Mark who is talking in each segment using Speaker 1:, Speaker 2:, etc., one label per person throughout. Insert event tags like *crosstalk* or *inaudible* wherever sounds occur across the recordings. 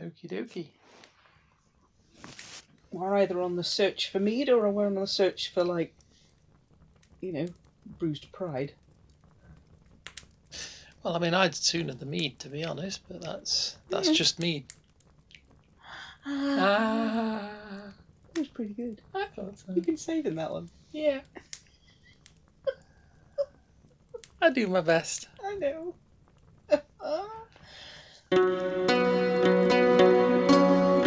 Speaker 1: Okie dokie.
Speaker 2: We're either on the search for mead or we're on the search for, like, you know, bruised pride.
Speaker 1: Well, I mean, I'd sooner the mead, to be honest, but that's that's
Speaker 2: Yeah.
Speaker 1: just me.
Speaker 2: Ah,
Speaker 1: Ah,
Speaker 2: that was pretty good.
Speaker 1: I thought so.
Speaker 2: You've been saving that one.
Speaker 1: Yeah. I do my best.
Speaker 2: I know. *laughs*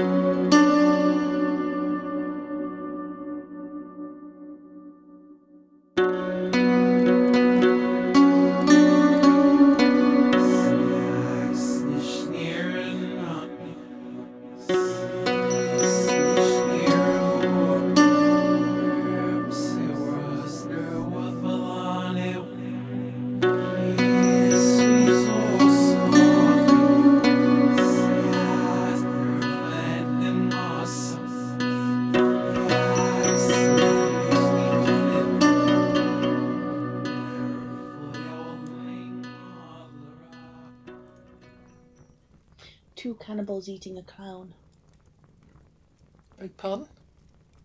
Speaker 2: Two cannibals eating a clown.
Speaker 1: Beg pardon?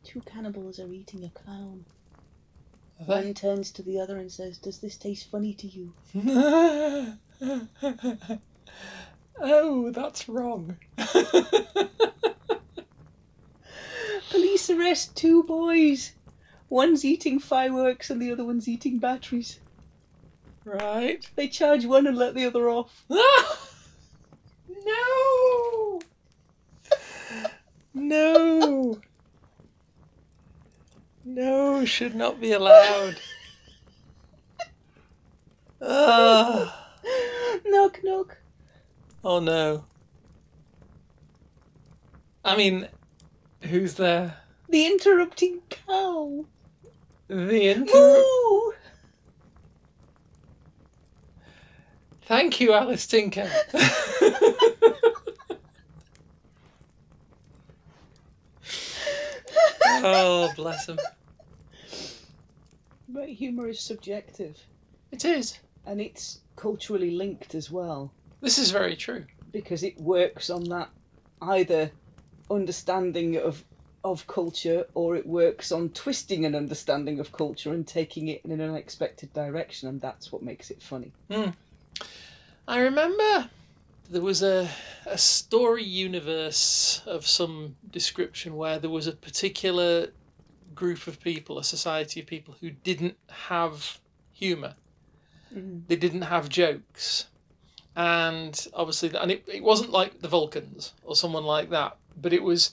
Speaker 2: Two cannibals are eating a clown.
Speaker 1: Are they? *laughs*
Speaker 2: One turns to the other and says, Does this taste funny to you?
Speaker 1: oh, that's wrong. *laughs*
Speaker 2: Police arrest two boys. One's eating fireworks and the other one's eating batteries.
Speaker 1: right.
Speaker 2: They charge one and let the other off. *gasps*
Speaker 1: no. No. No, should not be allowed. Ah.
Speaker 2: knock, knock.
Speaker 1: Oh no. I mean, who's there?
Speaker 2: The interrupting cow.
Speaker 1: The inter-
Speaker 2: Moo!
Speaker 1: Thank you, Alice Tinker. oh, bless him.
Speaker 2: But humour is subjective
Speaker 1: *laughs* It is.
Speaker 2: and it's culturally linked as well
Speaker 1: This is very true.
Speaker 2: because it works on that either understanding of of culture or it works on twisting an understanding of culture and taking it in an unexpected direction and that's what makes it funny.
Speaker 1: I remember there was a a story universe of some description where there was a particular group of people, a society of people who didn't have humour.
Speaker 2: Mm,
Speaker 1: They didn't have jokes. And obviously and it, it wasn't like the Vulcans or someone like that, but it was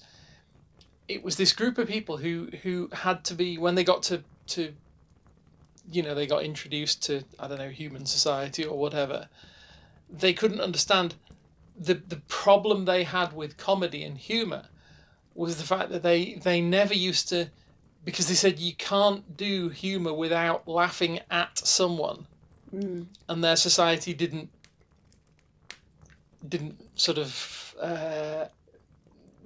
Speaker 1: it was this group of people who who had to be when they got to to you know, they got introduced to I don't know, human society or whatever they couldn't understand the the problem they had with comedy and humor was the fact that they they never used to because they said you can't do humor without laughing at someone
Speaker 2: Mm.
Speaker 1: and their society didn't didn't sort of uh,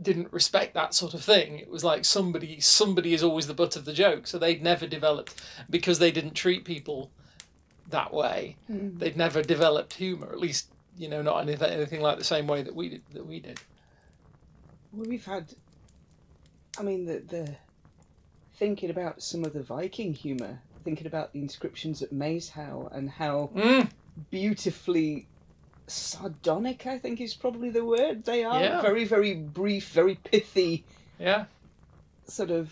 Speaker 1: didn't respect that sort of thing. It was like somebody somebody is always the butt of the joke, so they'd never developed because they didn't treat people that way.
Speaker 2: Mm.
Speaker 1: They'd never developed humor, at least you know not anything anything like the same way that we did, that we did.
Speaker 2: Well, we've had. I mean, the the thinking about some of the Viking humour, thinking about the inscriptions at Mazehow and how
Speaker 1: Mm.
Speaker 2: beautifully sardonic, I think is probably the word they are.
Speaker 1: Yeah.
Speaker 2: Very, very brief, very pithy
Speaker 1: Yeah,
Speaker 2: sort of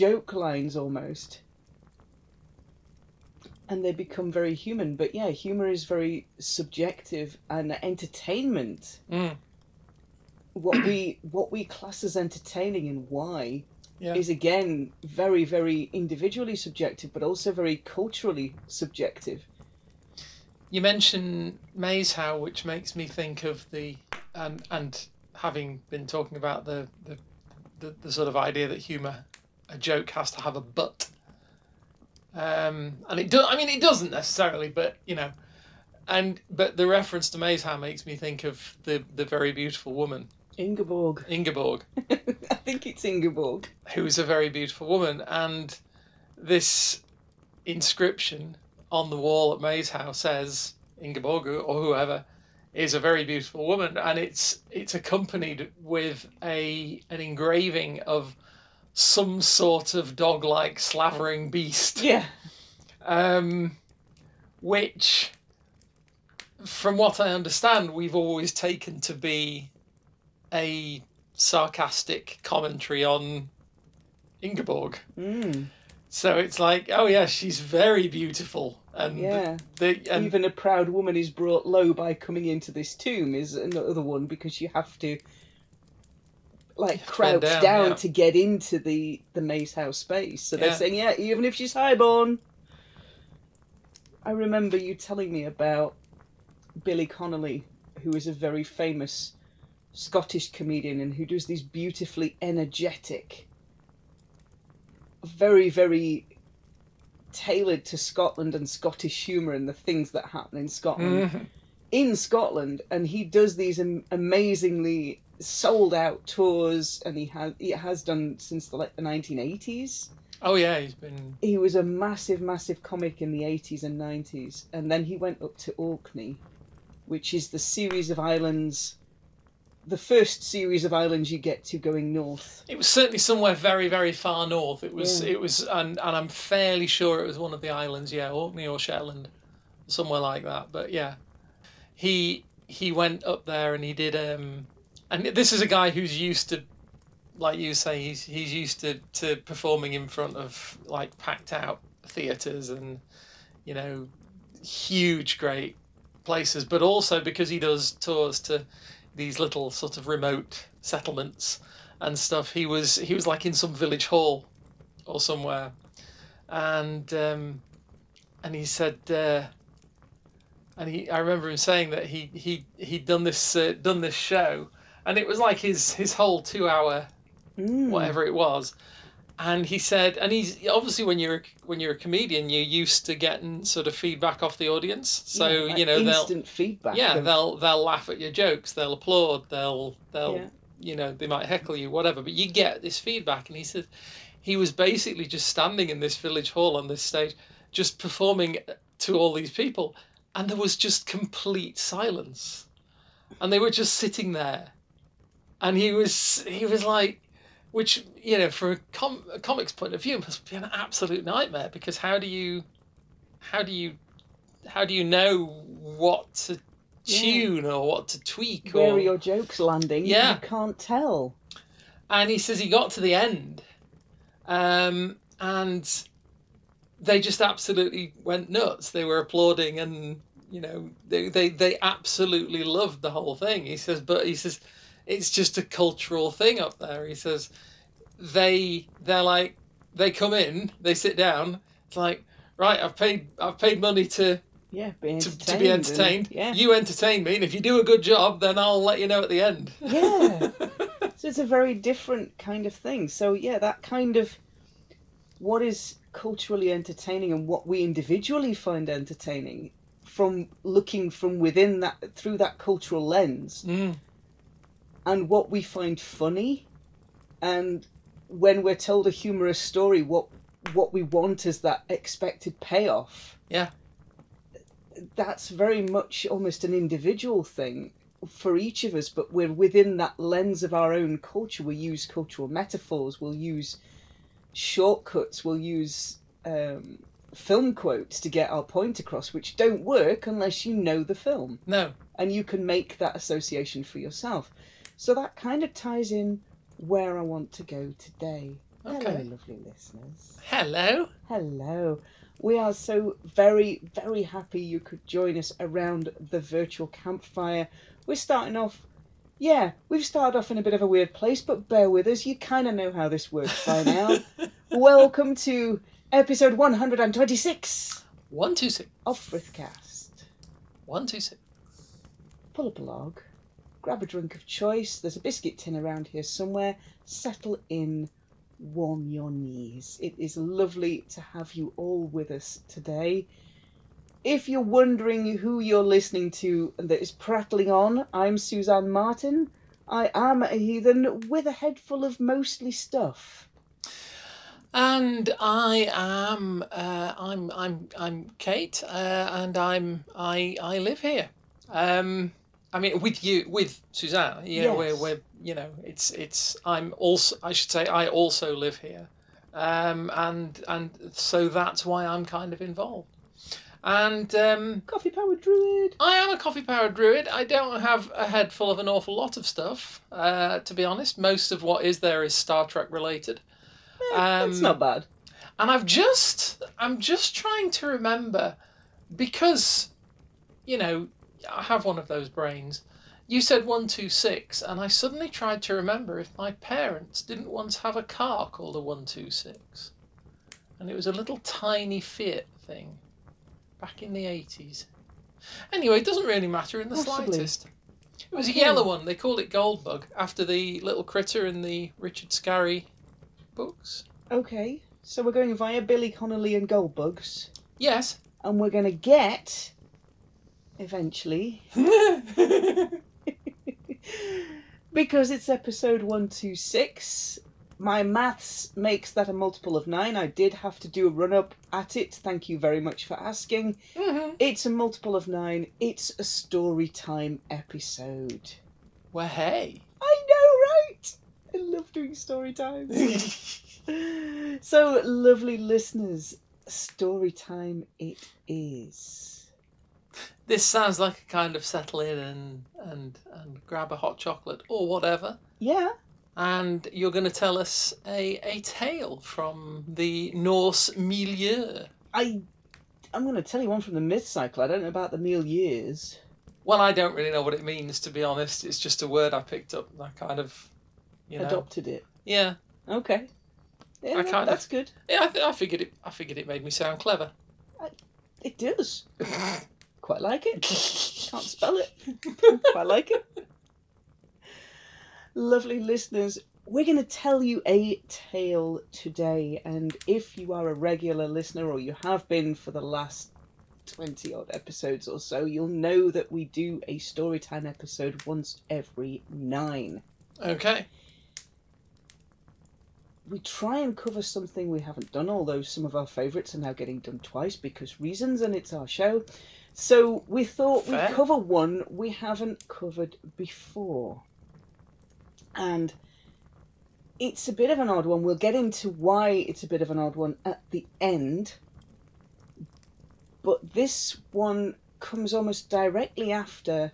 Speaker 2: joke lines almost. And they become very human. But yeah, humour is very subjective and entertainment
Speaker 1: mm.
Speaker 2: what we what we class as entertaining and why
Speaker 1: Yeah.
Speaker 2: is again very very individually subjective but also very culturally subjective
Speaker 1: you mentioned Maze How, which makes me think of the and and having been talking about the the, the, the sort of idea that humour a joke has to have a but. Um, and it do, I mean it doesn't necessarily, but you know, and but the reference to Maze How makes me think of the the very beautiful woman
Speaker 2: ingeborg
Speaker 1: Ingeborg,
Speaker 2: *laughs* i think it's ingeborg
Speaker 1: who's a very beautiful woman, and this inscription on the wall at May's house says Ingeborg or whoever is a very beautiful woman, and it's it's accompanied with a an engraving of some sort of dog-like slavering beast,
Speaker 2: Yeah.
Speaker 1: um, which, from what I understand, we've always taken to be a sarcastic commentary on Ingeborg.
Speaker 2: Mm.
Speaker 1: So it's like, oh yeah, she's very beautiful, and
Speaker 2: Yeah.
Speaker 1: the, and
Speaker 2: Even a proud woman is brought low by coming into this tomb is another one because you have to like
Speaker 1: have to
Speaker 2: crouch
Speaker 1: bend
Speaker 2: down,
Speaker 1: down, yeah.
Speaker 2: to get into the the maze house space. So they're
Speaker 1: Yeah.
Speaker 2: saying, yeah, even if she's highborn. I remember you telling me about Billy Connolly, who is a very famous Scottish comedian and who does these beautifully energetic, very, very tailored to Scotland and Scottish humour and the things that happen in Scotland
Speaker 1: Mhm.
Speaker 2: in Scotland, and he does these am- amazingly sold out tours, and he has he has done since the, like the 1980s.
Speaker 1: oh yeah, he's been
Speaker 2: He was a massive, massive comic in the 80s and 90s, and then he went up to Orkney, which is the series of islands, the first series of islands you get to going north.
Speaker 1: It was certainly somewhere very, very far north. It was,
Speaker 2: Yeah.
Speaker 1: it was, and, and I'm fairly sure it was one of the islands. Yeah, Orkney or Shetland, somewhere like that. But yeah, he he went up there and he did. um And this is a guy who's used to, like you say, he's he's used to to performing in front of like packed out theaters and you know huge great places, but also because he does tours to these little sort of remote settlements and stuff. He was he was like in some village hall or somewhere, and um, and he said, uh, and he I remember him saying that he he he'd done this uh, done this show, and it was like his his whole two hour
Speaker 2: Mm.
Speaker 1: whatever it was. And he said, and he's obviously when you're when you're a comedian, you're used to getting sort of feedback off the audience. So
Speaker 2: Yeah, like
Speaker 1: you know they'll
Speaker 2: instant feedback.
Speaker 1: yeah
Speaker 2: of-
Speaker 1: they'll they'll laugh at your jokes, they'll applaud, they'll they'll
Speaker 2: Yeah.
Speaker 1: you know they might heckle you, whatever. But you get this feedback, and he said he was basically just standing in this village hall on this stage, just performing to all these people, and there was just complete silence, and they were just sitting there, and he was he was like which you know from a, com- a comics point of view must be an absolute nightmare because how do you how do you how do you know what to
Speaker 2: Yeah.
Speaker 1: tune or what to tweak
Speaker 2: where
Speaker 1: or
Speaker 2: are your jokes landing?
Speaker 1: Yeah.
Speaker 2: you can't tell.
Speaker 1: and he says he got to the end um and they just absolutely went nuts they were applauding and you know they they, they absolutely loved the whole thing he says but he says it's just a cultural thing up there he says they they're like they come in they sit down it's like right i've paid i've paid money to
Speaker 2: Yeah, being
Speaker 1: to, to be entertained
Speaker 2: Yeah.
Speaker 1: you entertain me and if you do a good job then i'll let you know at the end
Speaker 2: Yeah. So it's a very different kind of thing. So yeah, that kind of what is culturally entertaining and what we individually find entertaining from looking from within that through that cultural lens
Speaker 1: *laughs* Mm.
Speaker 2: and what we find funny and when we're told a humorous story what what we want is that expected payoff
Speaker 1: Yeah.
Speaker 2: that's very much almost an individual thing for each of us but we're within that lens of our own culture we use cultural metaphors we'll use shortcuts we'll use um, film quotes to get our point across which don't work unless you know the film
Speaker 1: no
Speaker 2: and you can make that association for yourself. So that kind of ties in where I want to go today. Hello,
Speaker 1: okay
Speaker 2: lovely listeners.
Speaker 1: hello
Speaker 2: Hello. We are so very, very happy you could join us around the virtual campfire. We're starting off, yeah, we've started off in a bit of a weird place, but bear with us. You kind of know how this works by
Speaker 1: *laughs*
Speaker 2: now. Welcome to episode 126
Speaker 1: One two six.
Speaker 2: of Frithcast.
Speaker 1: One two six.
Speaker 2: pull up a log, grab a drink of choice. There's a biscuit tin around here somewhere. Settle in, warm your knees. It is lovely to have you all with us today. If you're wondering who you're listening to that is prattling on, I'm Suzanne Martin. I am a heathen with a head full of mostly stuff.
Speaker 1: And I am. Uh, I'm. I'm. I'm Kate. Uh, and I'm. I. I live here. Um, I mean, with you, with Suzanne, yeah, we're,
Speaker 2: Yes.
Speaker 1: we're, you know, it's, it's, I'm also, I should say, I also live here. Um, and, and so that's why I'm kind of involved. And, um,
Speaker 2: Coffee powered druid.
Speaker 1: I am a coffee powered druid. I don't have a head full of an awful lot of stuff, uh, to be honest. Most of what is there is Star Trek related.
Speaker 2: Eh, that's
Speaker 1: Um,
Speaker 2: not bad.
Speaker 1: And I've just, I'm just trying to remember because, you know, I have one of those brains. You said 126, and I suddenly tried to remember if my parents didn't once have a car called a 126. And it was a little tiny Fiat thing back in the 80s. Anyway, it doesn't really matter in the
Speaker 2: Possibly.
Speaker 1: slightest. It was
Speaker 2: Okay.
Speaker 1: a yellow one. They called it Goldbug after the little critter in the Richard Scarry books.
Speaker 2: Okay, so we're going via Billy Connolly and Goldbugs,
Speaker 1: Yes,
Speaker 2: and we're going to get eventually because it's episode 126 my maths makes that a multiple of 9 i did have to do a run up at it thank you very much for asking
Speaker 1: Mhm.
Speaker 2: it's a multiple of 9 it's a story time episode
Speaker 1: Well, hey.
Speaker 2: i know right i love doing story times
Speaker 1: *laughs*
Speaker 2: so lovely listeners story time it is
Speaker 1: this sounds like a kind of settle in and, and, and grab a hot chocolate or whatever.
Speaker 2: yeah
Speaker 1: And you're going to tell us a, a tale from the Norse milieu.
Speaker 2: i i'm going to tell you one from the myth cycle i don't know about the meal years
Speaker 1: Well, I don't really know what it means, to be honest. It's just a word I picked up and I kind of, you know.
Speaker 2: adopted it.
Speaker 1: Yeah.
Speaker 2: Okay. Yeah,
Speaker 1: I
Speaker 2: that-
Speaker 1: kind of-
Speaker 2: that's good.
Speaker 1: Yeah, I, th- I figured it. I figured it made me sound clever.
Speaker 2: It does.
Speaker 1: *laughs*
Speaker 2: Quite like it. Can't
Speaker 1: Can't *laughs*
Speaker 2: spell it. Quite like it. Lovely listeners, we're going to tell you a tale today. And if you are a regular listener or you have been for the last 20 odd episodes or so, you'll know that we do a story time episode once every nine.
Speaker 1: Okay.
Speaker 2: we try and cover something we haven't done, although some of our favourites are now getting done twice because reasons, and it's our show. So we thought
Speaker 1: Fair.
Speaker 2: we'd cover one we haven't covered before. And it's a bit of an odd one. We'll get into why it's a bit of an odd one at the end. But this one comes almost directly after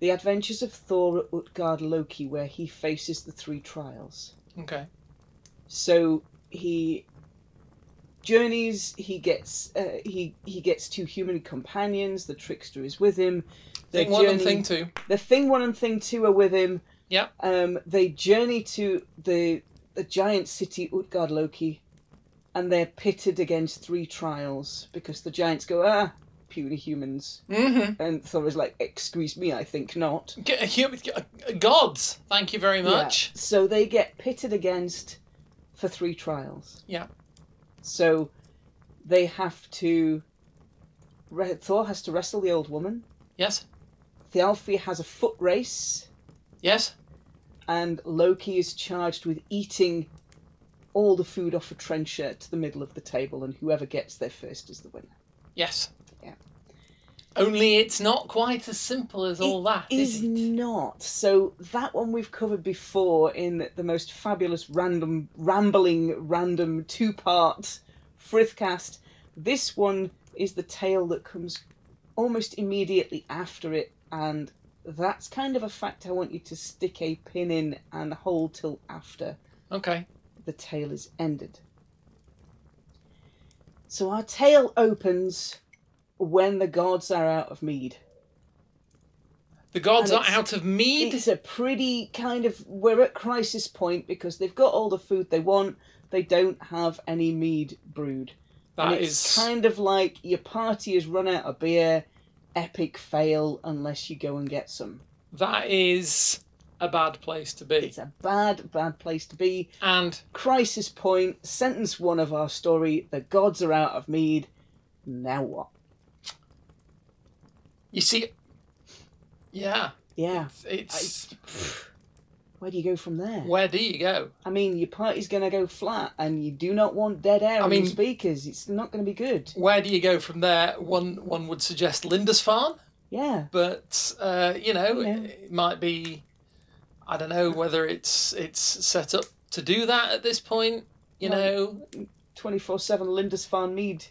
Speaker 2: the adventures of Thor at Utgard Loki, where he faces the three trials.
Speaker 1: Okay.
Speaker 2: So he journeys. He gets uh, he he gets two human companions. The trickster is with him. They
Speaker 1: Thing one and thing
Speaker 2: journey-
Speaker 1: two.
Speaker 2: The thing one and thing two are with him.
Speaker 1: Yep.
Speaker 2: Um, they journey to the the giant city Utgard Loki, and they're pitted against three trials because the giants go ah puny humans,
Speaker 1: Mm-hmm.
Speaker 2: and Thor is like excuse me, I think not.
Speaker 1: G- human, g- gods, thank you very much.
Speaker 2: Yeah. So they get pitted against for three trials.
Speaker 1: Yeah.
Speaker 2: So they have to. Re- Thor has to wrestle the old woman.
Speaker 1: Yes,
Speaker 2: Thialfi has a foot race,
Speaker 1: yes.
Speaker 2: and Loki is charged with eating all the food off a trencher to the middle of the table, and whoever gets there first is the winner.
Speaker 1: Yes.
Speaker 2: Yeah.
Speaker 1: Only it's not quite as simple as all that, is
Speaker 2: is
Speaker 1: it?
Speaker 2: not. So that one we've covered before in the most fabulous random rambling random two part frithcast. This one is the tale that comes almost immediately after it and that's kind of a fact I want you to stick a pin in and hold till after
Speaker 1: Okay.
Speaker 2: the tale is ended. So our tale opens when the gods are out of mead.
Speaker 1: The gods
Speaker 2: And
Speaker 1: are
Speaker 2: it's-
Speaker 1: out of mead.
Speaker 2: It's a pretty kind of we're at crisis point because they've got all the food they want. They don't have any mead brewed.
Speaker 1: That
Speaker 2: and
Speaker 1: is.
Speaker 2: it's kind of like your party has run out of beer. Epic fail unless you go and get some.
Speaker 1: That is a bad place to be.
Speaker 2: It's a bad, bad place to be.
Speaker 1: And
Speaker 2: Crisis point. Sentence one of our story: the gods are out of mead. Now what?
Speaker 1: you see. Yeah.
Speaker 2: Yeah.
Speaker 1: It's.
Speaker 2: *sighs* Where do you go from there?
Speaker 1: Where do you go?
Speaker 2: I mean, your party's going to go flat, and you do not want dead air
Speaker 1: I
Speaker 2: on
Speaker 1: mean-
Speaker 2: your speakers. It's not going to be good.
Speaker 1: Where do you go from there? One one would suggest Lindisfarne.
Speaker 2: Yeah.
Speaker 1: but uh, you know,
Speaker 2: Yeah.
Speaker 1: it might be. I don't know whether it's it's set up to do that at this point. You
Speaker 2: Well-
Speaker 1: know,
Speaker 2: 24 7 Lindisfarne Mead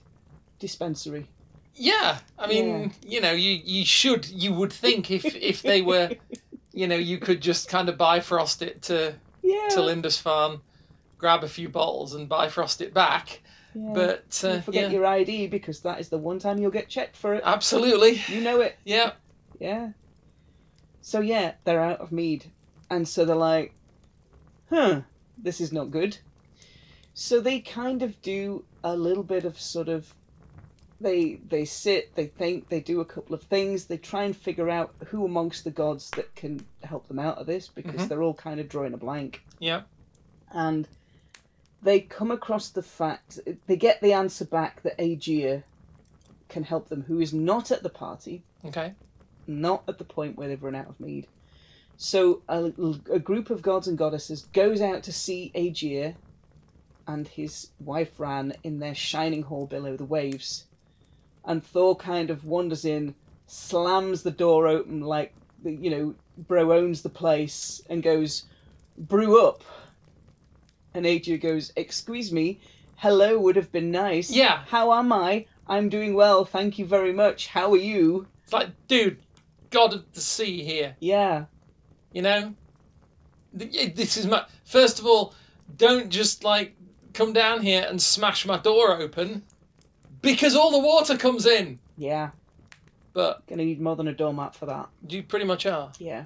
Speaker 2: dispensary.
Speaker 1: yeah. I mean, you know, you you should you would think if if they were,
Speaker 2: *laughs*
Speaker 1: you know, you could just kind of bifrost it to
Speaker 2: Yeah.
Speaker 1: to Lindisfarne, grab a few bottles and bifrost it back.
Speaker 2: yeah.
Speaker 1: But uh,
Speaker 2: Don't forget
Speaker 1: yeah,
Speaker 2: your ID because that is the one time you'll get checked for it.
Speaker 1: absolutely,
Speaker 2: You know it.
Speaker 1: yeah.
Speaker 2: Yeah. So yeah, they're out of mead, and so they're like, "Huh, this is not good." So they kind of do a little bit of sort of, they they sit, they think, they do a couple of things, they try and figure out who amongst the gods that can help them out of this because
Speaker 1: Mhm.
Speaker 2: they're all kind of drawing a blank.
Speaker 1: Yeah.
Speaker 2: And they come across the fact they get the answer back that Aegir can help them, who is not at the party
Speaker 1: Okay.
Speaker 2: not at the point where they've run out of mead. So a, a group of gods and goddesses goes out to see Aegir and his wife Ran in their shining hall below the waves. And Thor kind of wanders in, slams the door open like, the, you know, Bro owns the place and goes, brew up. And Aegir goes, excuse me, hello would have been nice.
Speaker 1: Yeah.
Speaker 2: How am I? I'm doing well, thank you very much. How are you?
Speaker 1: It's like, dude, God of the sea here.
Speaker 2: Yeah.
Speaker 1: You know, Th- yeah, this is my first of all. Don't just like come down here and smash my door open because all the water comes in.
Speaker 2: Yeah,
Speaker 1: But
Speaker 2: gonna need more than a doormat for that.
Speaker 1: you pretty much are.
Speaker 2: Yeah.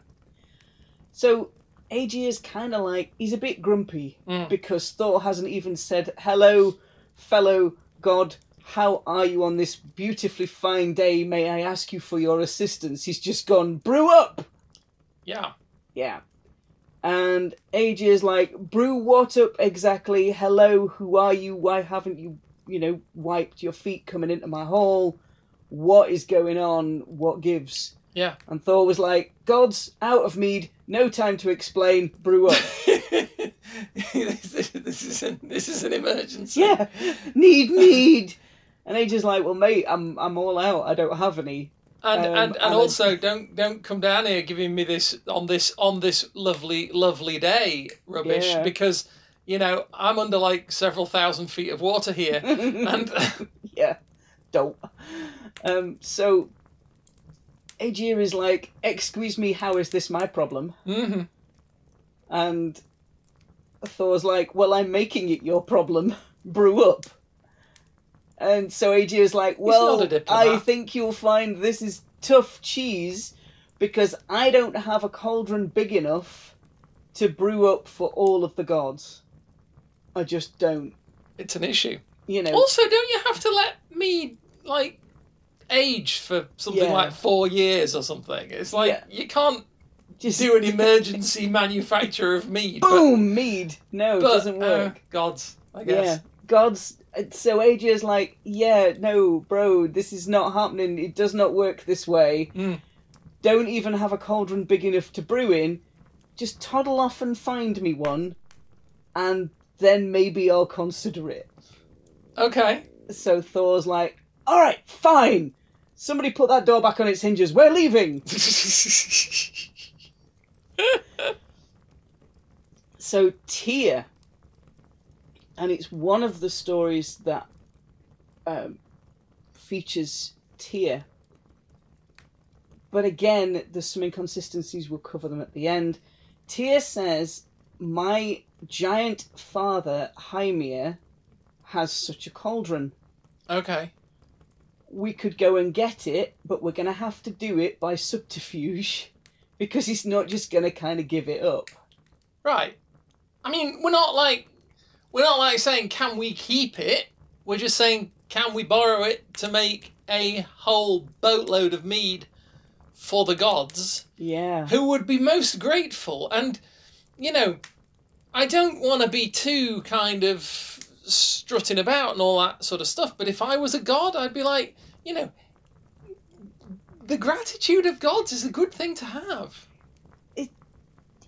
Speaker 2: So AG is kind of like he's a bit grumpy
Speaker 1: Mm.
Speaker 2: because Thor hasn't even said hello, fellow god. How are you on this beautifully fine day? May I ask you for your assistance? He's just gone brew up.
Speaker 1: Yeah.
Speaker 2: Yeah. And AJ is like, brew what up exactly? Hello, who are you? Why haven't you, you know, wiped your feet coming into my hall? What is going on? What gives?
Speaker 1: Yeah.
Speaker 2: And Thor was like, God's out of mead, no time to explain,
Speaker 1: *laughs*
Speaker 2: brew up.
Speaker 1: *laughs* this, is- this is an, this is an emergency.
Speaker 2: yeah, need, need. And AJ's like, well, mate, I'm, I'm all out. I don't have any.
Speaker 1: And,
Speaker 2: Um,
Speaker 1: and, and
Speaker 2: and
Speaker 1: also don't don't come down here giving me this on this on this lovely lovely day rubbish
Speaker 2: Yeah.
Speaker 1: because you know I'm under like several thousand feet of water
Speaker 2: *laughs*
Speaker 1: here *laughs* and *laughs*
Speaker 2: dope. Um, so Ajir is like, excuse me, how is this my problem?
Speaker 1: Mhm.
Speaker 2: And Thor's like, Well, I'm making it your problem. *laughs* Brew up. And so Aegir's like,
Speaker 1: not
Speaker 2: Well,
Speaker 1: a diplomat."
Speaker 2: I think you'll find this is tough cheese because I don't have a cauldron big enough to brew up for all of the gods. I just don't.
Speaker 1: it's an issue.
Speaker 2: You know,
Speaker 1: Also, don't you have to let me like age for something
Speaker 2: Yeah.
Speaker 1: like four years or something? It's like
Speaker 2: Yeah.
Speaker 1: you can't
Speaker 2: *laughs* just
Speaker 1: do an emergency manufacture of mead. but-
Speaker 2: boom, mead. No,
Speaker 1: but,
Speaker 2: it doesn't work.
Speaker 1: uh, gods, I guess.
Speaker 2: Yeah, God's. So Aegir's like, yeah, no, bro, this is not happening. It does not work this way.
Speaker 1: Mm.
Speaker 2: Don't even have a cauldron big enough to brew in. Just toddle off and find me one, and then maybe I'll consider it.
Speaker 1: Okay. *laughs*
Speaker 2: So Thor's like, all right, fine. Somebody put that door back on its hinges. We're leaving. So Tia, and it's one of the stories that um, features Tia. But again, there's some inconsistencies. We'll cover them at the end. Tia says, "My giant father Hymir has such a cauldron.
Speaker 1: okay.
Speaker 2: We could go and get it, but we're going to have to do it by subterfuge, *laughs* because he's not just going to kind of give it up."
Speaker 1: Right. I mean, we're not like we're not like saying can we keep it. We're just saying can we borrow it to make a whole boatload of mead for the gods.
Speaker 2: Yeah.
Speaker 1: who would be most grateful. And, you know, I don't want to be too kind of strutting about and all that sort of stuff, but if I was a god, I'd be like, you know, the gratitude of gods is a good thing to have.
Speaker 2: It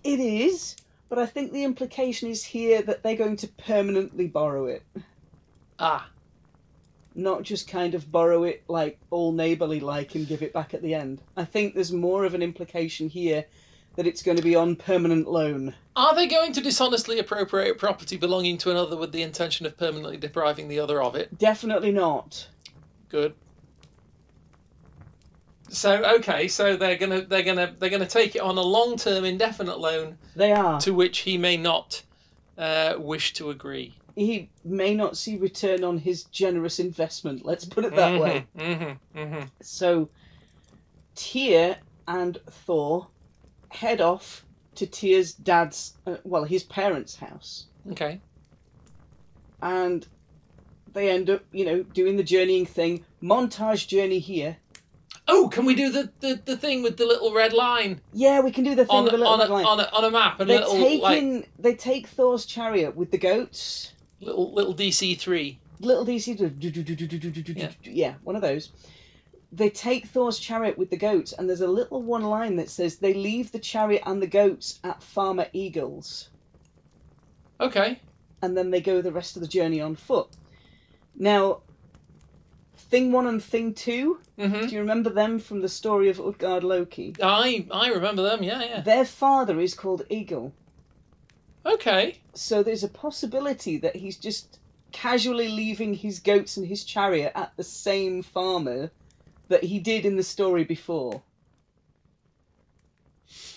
Speaker 2: is, but I think the implication is here that they're going to permanently borrow it.
Speaker 1: Ah,
Speaker 2: not just kind of borrow it like all neighborly like and give it back at the end. I think there's more of an implication here that it's going to be on permanent loan.
Speaker 1: Are they going to dishonestly appropriate property belonging to another with the intention of permanently depriving the other of it?
Speaker 2: Definitely not.
Speaker 1: Good. So okay, so they're gonna they're gonna they're gonna take it on a long term indefinite loan
Speaker 2: They are.
Speaker 1: to which he may not uh, wish to agree.
Speaker 2: He may not see return on his generous investment, let's put it that way.
Speaker 1: Mm-hmm, mm-hmm.
Speaker 2: So Tyr and Thor head off to Tyr's dad's, uh, well, his parents' house.
Speaker 1: Okay.
Speaker 2: and they end up, you know, doing the journeying thing. Montage journey here.
Speaker 1: Oh, can we do the, the, the thing with the little red line
Speaker 2: Yeah, we can do the thing
Speaker 1: on
Speaker 2: with a little
Speaker 1: on a,
Speaker 2: red line.
Speaker 1: on a on a map and
Speaker 2: They're
Speaker 1: little like
Speaker 2: taking they take Thor's chariot with the goats.
Speaker 1: little little DC three.
Speaker 2: Little DC do- do- do- do- do- do- do- do- do-
Speaker 1: Yeah.
Speaker 2: do- yeah, one of those. They take Thor's chariot with the goats, and there's a little one line that says they leave the chariot and the goats at Farmer Eagles.
Speaker 1: Okay.
Speaker 2: and then they go the rest of the journey on foot. Now, thing one and thing 2
Speaker 1: hmm
Speaker 2: do you remember them from the story of Utgard Loki?
Speaker 1: I I remember them. Yeah, yeah.
Speaker 2: Their father is called Eagle,
Speaker 1: Okay.
Speaker 2: so there's a possibility that he's just casually leaving his goats and his chariot at the same farmer that he did in the story before.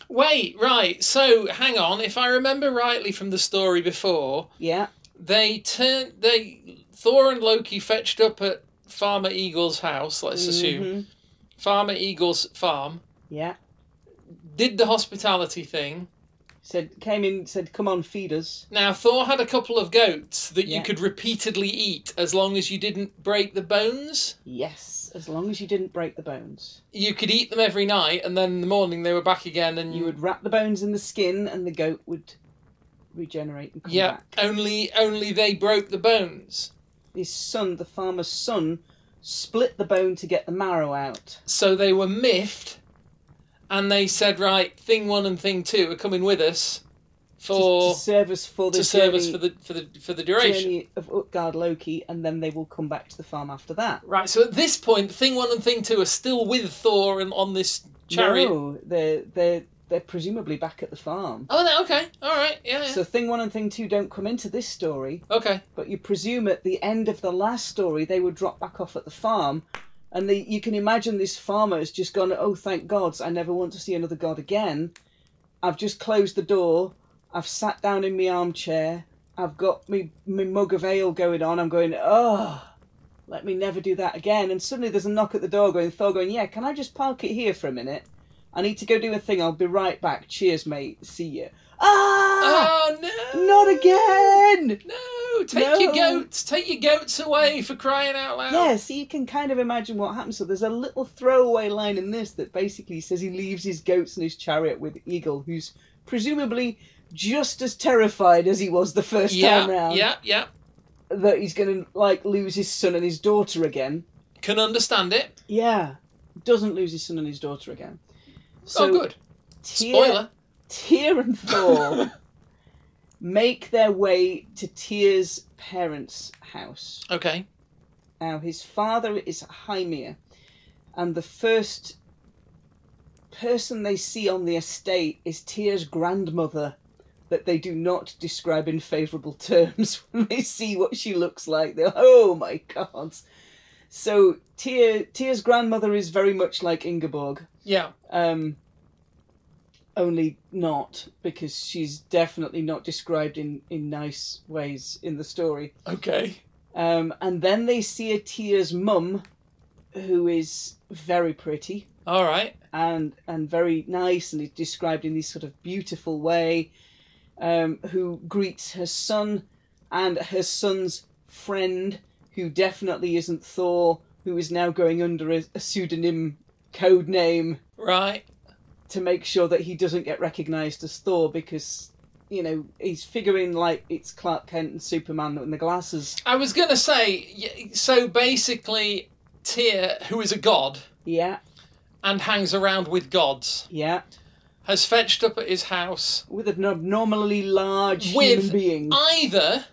Speaker 1: Wait, right. So hang on. If I remember rightly from the story before,
Speaker 2: Yeah,
Speaker 1: they turned they Thor and Loki fetched up at Farmer Eagle's house. Let's assume
Speaker 2: Mhm.
Speaker 1: Farmer Eagle's farm
Speaker 2: Yeah,
Speaker 1: did the hospitality thing.
Speaker 2: said came in, said, "Come on, feed us."
Speaker 1: Now Thor had a couple of goats that
Speaker 2: Yeah.
Speaker 1: you could repeatedly eat as long as you didn't break the bones.
Speaker 2: Yes, as long as you didn't break the bones.
Speaker 1: you could eat them every night, and then in the morning they were back again, and
Speaker 2: You
Speaker 1: you would.
Speaker 2: would wrap the bones in the skin, and the goat would regenerate and come
Speaker 1: Yeah,
Speaker 2: back.
Speaker 1: only only they broke the bones,
Speaker 2: His son, the farmer's son, split the bone to get the marrow out.
Speaker 1: so they were miffed, and they said, right, thing one and thing two are coming with us,
Speaker 2: to-
Speaker 1: for
Speaker 2: to, serve us for the
Speaker 1: to serve us
Speaker 2: journey-
Speaker 1: for the for the for the duration.
Speaker 2: journey of Utgard Loki, and then they will come back to the farm after that.
Speaker 1: Right. So at this point, thing one and thing two are still with Thor and on this chariot.
Speaker 2: No, they're they're they're presumably back at the farm.
Speaker 1: Oh, no, okay, all right, yeah, yeah.
Speaker 2: So thing one and thing two don't come into this story,
Speaker 1: okay.
Speaker 2: but you presume at the end of the last story they would drop back off at the farm, and the, you can imagine this farmer has just gone, oh thank gods, I never want to see another god again. I've just closed the door. I've sat down in my armchair. I've got me my mug of ale going on. I'm going, oh, let me never do that again. And suddenly there's a knock at the door going, Thor going, yeah, can I just park it here for a minute? I need to go do a thing. I'll be right back. Cheers, mate. See you. Ah,
Speaker 1: Oh no!
Speaker 2: not again.
Speaker 1: No, take your
Speaker 2: No.
Speaker 1: goats, take your goats away for crying out loud.
Speaker 2: Yeah, so you can kind of imagine what happens. So there's a little throwaway line in this that basically says he leaves his goats and his chariot with Eagle, who's presumably just as terrified as he was the first
Speaker 1: yeah,
Speaker 2: time round
Speaker 1: yeah, yeah.
Speaker 2: that he's going to like lose his son and his daughter again.
Speaker 1: Can understand it.
Speaker 2: Yeah, doesn't lose his son and his daughter again. So
Speaker 1: oh, good.
Speaker 2: Tyr-
Speaker 1: Spoiler.
Speaker 2: Tyr and Thor make their way to Tyr's parents' house.
Speaker 1: *laughs* okay.
Speaker 2: Now, his father is Hymir, and the first person they see on the estate is Tyr's grandmother, that they do not describe in favourable *laughs* terms when they see what she looks like. They're, oh my god. So, Tyr, Tyr's grandmother is very much like Ingeborg,
Speaker 1: Yeah.
Speaker 2: um, only not, because she's definitely not described in, in nice ways in the story.
Speaker 1: Okay.
Speaker 2: Um, and then they see Atia's mum, who is very pretty
Speaker 1: All right.
Speaker 2: and and very nice and is described in this sort of beautiful way, um, who greets her son and her son's friend, who definitely isn't Thor, who is now going under a, a pseudonym code name
Speaker 1: Right.
Speaker 2: to make sure that he doesn't get recognised as Thor because you know he's figuring like it's Clark Kent and Superman in the glasses.
Speaker 1: I was gonna say. y- So basically, Tyr, who is a god
Speaker 2: Yeah,
Speaker 1: and hangs around with gods,
Speaker 2: yeah.
Speaker 1: has fetched up at his house
Speaker 2: with an abnormally large
Speaker 1: With-
Speaker 2: *laughs* human being.
Speaker 1: either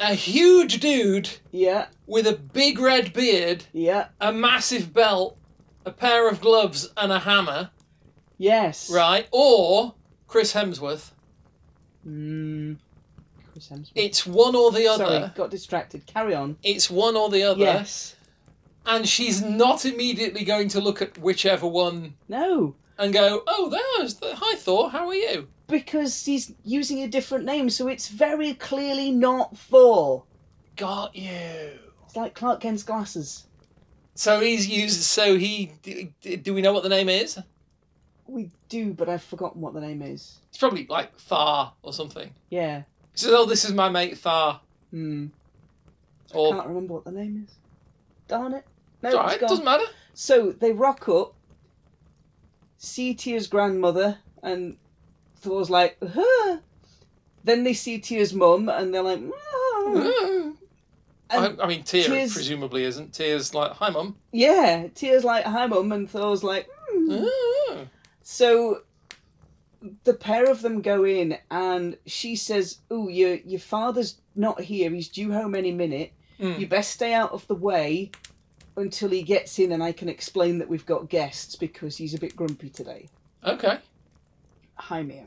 Speaker 1: a huge dude
Speaker 2: Yeah,
Speaker 1: with a big red beard,
Speaker 2: yeah,
Speaker 1: a massive belt, a pair of gloves, and a hammer,
Speaker 2: yes.
Speaker 1: right? Or Chris Hemsworth.
Speaker 2: Mm. Chris Hemsworth.
Speaker 1: It's one or the other.
Speaker 2: Sorry, got distracted. Carry on.
Speaker 1: It's one or the other.
Speaker 2: Yes.
Speaker 1: And she's not immediately going to look at whichever one
Speaker 2: No, and
Speaker 1: go, oh, there's the hi Thor, how are you?
Speaker 2: because he's using a different name, so it's very clearly not Thor.
Speaker 1: Got you.
Speaker 2: It's like Clark Kent's glasses.
Speaker 1: So he's used. So he. d- d- Do we know what the name is?
Speaker 2: We do, but I've forgotten what the name is.
Speaker 1: It's probably like Thar or something.
Speaker 2: Yeah.
Speaker 1: He says, "Oh, this is my mate Thar."
Speaker 2: Hmm.
Speaker 1: Or
Speaker 2: Can't remember what the name is. Darn it. No,
Speaker 1: it's all right,
Speaker 2: it's gone.
Speaker 1: doesn't matter.
Speaker 2: So they rock up, see Tia's grandmother, and Thor's like, huh. Then they see Tia's mum, and they're like,
Speaker 1: Hmm?
Speaker 2: "Ah."
Speaker 1: I,
Speaker 2: And
Speaker 1: I mean, Tia
Speaker 2: Tia's-
Speaker 1: presumably isn't. Tia's like, "Hi, mum."
Speaker 2: yeah, Tia's like, hi, mum, and Thor's like, "Hmm." So the pair of them go in, and she says, "Oh, your your father's not here. He's due home any minute.
Speaker 1: Mm.
Speaker 2: You best stay out of the way until he gets in, and I can explain that we've got guests because he's a bit grumpy today."
Speaker 1: Okay.
Speaker 2: Hymir.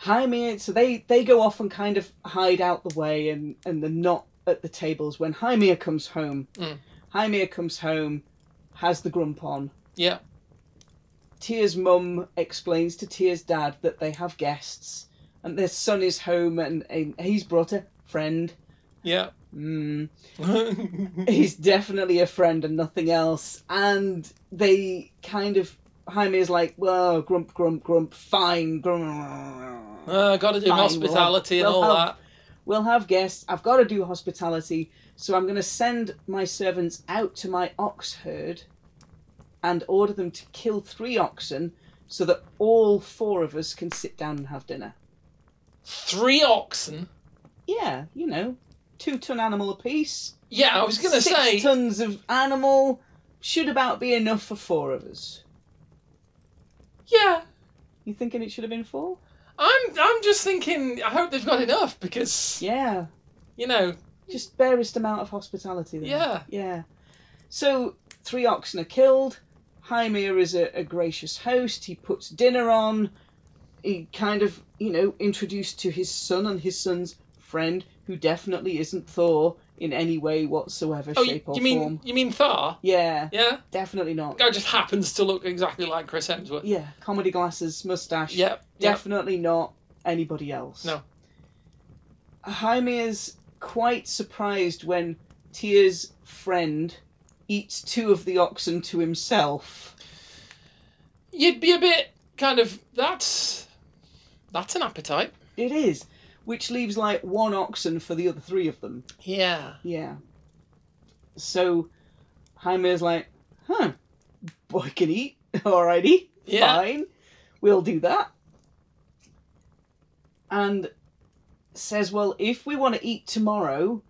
Speaker 2: Hymir. So they they go off and kind of hide out the way, and and they're not at the tables when Hymir comes home.
Speaker 1: Mm.
Speaker 2: Hymir comes home, has the grump on.
Speaker 1: Yeah.
Speaker 2: Tia's mum explains to Tia's dad that they have guests and their son is home and, and he's brought a friend. *laughs*
Speaker 1: Yeah. Uh,
Speaker 2: Mm, he's definitely a friend and nothing else. And they kind of, Jaime's like, well, grump, grump, grump, fine. Grump.
Speaker 1: uh, got to do
Speaker 2: Fine, we'll
Speaker 1: hospitality
Speaker 2: have-
Speaker 1: and
Speaker 2: we'll
Speaker 1: all
Speaker 2: have-
Speaker 1: that.
Speaker 2: We'll have guests. I've got to do hospitality. So I'm going to send my servants out to my ox herd and order them to kill three oxen so that all four of us can sit down and have dinner.
Speaker 1: Three oxen.
Speaker 2: Yeah, you know, two ton animal apiece.
Speaker 1: Yeah, I was gonna
Speaker 2: six
Speaker 1: say.
Speaker 2: tons of animal should about be enough for four of us.
Speaker 1: yeah,
Speaker 2: You thinking it should have been four?
Speaker 1: I'm. I'm just thinking. I hope they've got enough because
Speaker 2: Yeah,
Speaker 1: you know.
Speaker 2: just barest amount of hospitality. There.
Speaker 1: Yeah.
Speaker 2: Yeah. So three oxen are killed. Hymir is a, a gracious host. He puts dinner on. He kind of, you know, introduced to his son and his son's friend, who definitely isn't Thor in any way whatsoever,
Speaker 1: Oh, you,
Speaker 2: shape or
Speaker 1: you mean
Speaker 2: form.
Speaker 1: you mean Thar?
Speaker 2: Yeah,
Speaker 1: Yeah.
Speaker 2: definitely not.
Speaker 1: Guy just happens to look exactly like Chris Hemsworth.
Speaker 2: Yeah, comedy glasses, mustache.
Speaker 1: Yep. yep.
Speaker 2: Definitely not anybody else.
Speaker 1: No.
Speaker 2: Jaime's quite surprised when Tia's friend eats two of the oxen to himself.
Speaker 1: You'd be a bit kind of that's that's an appetite.
Speaker 2: It is, which leaves like one oxen for the other three of them.
Speaker 1: Yeah.
Speaker 2: Yeah. So Jaime's like, huh, boy can eat. *laughs* Alrighty,
Speaker 1: Yeah.
Speaker 2: fine. We'll do that. And says, well, if we want to eat tomorrow,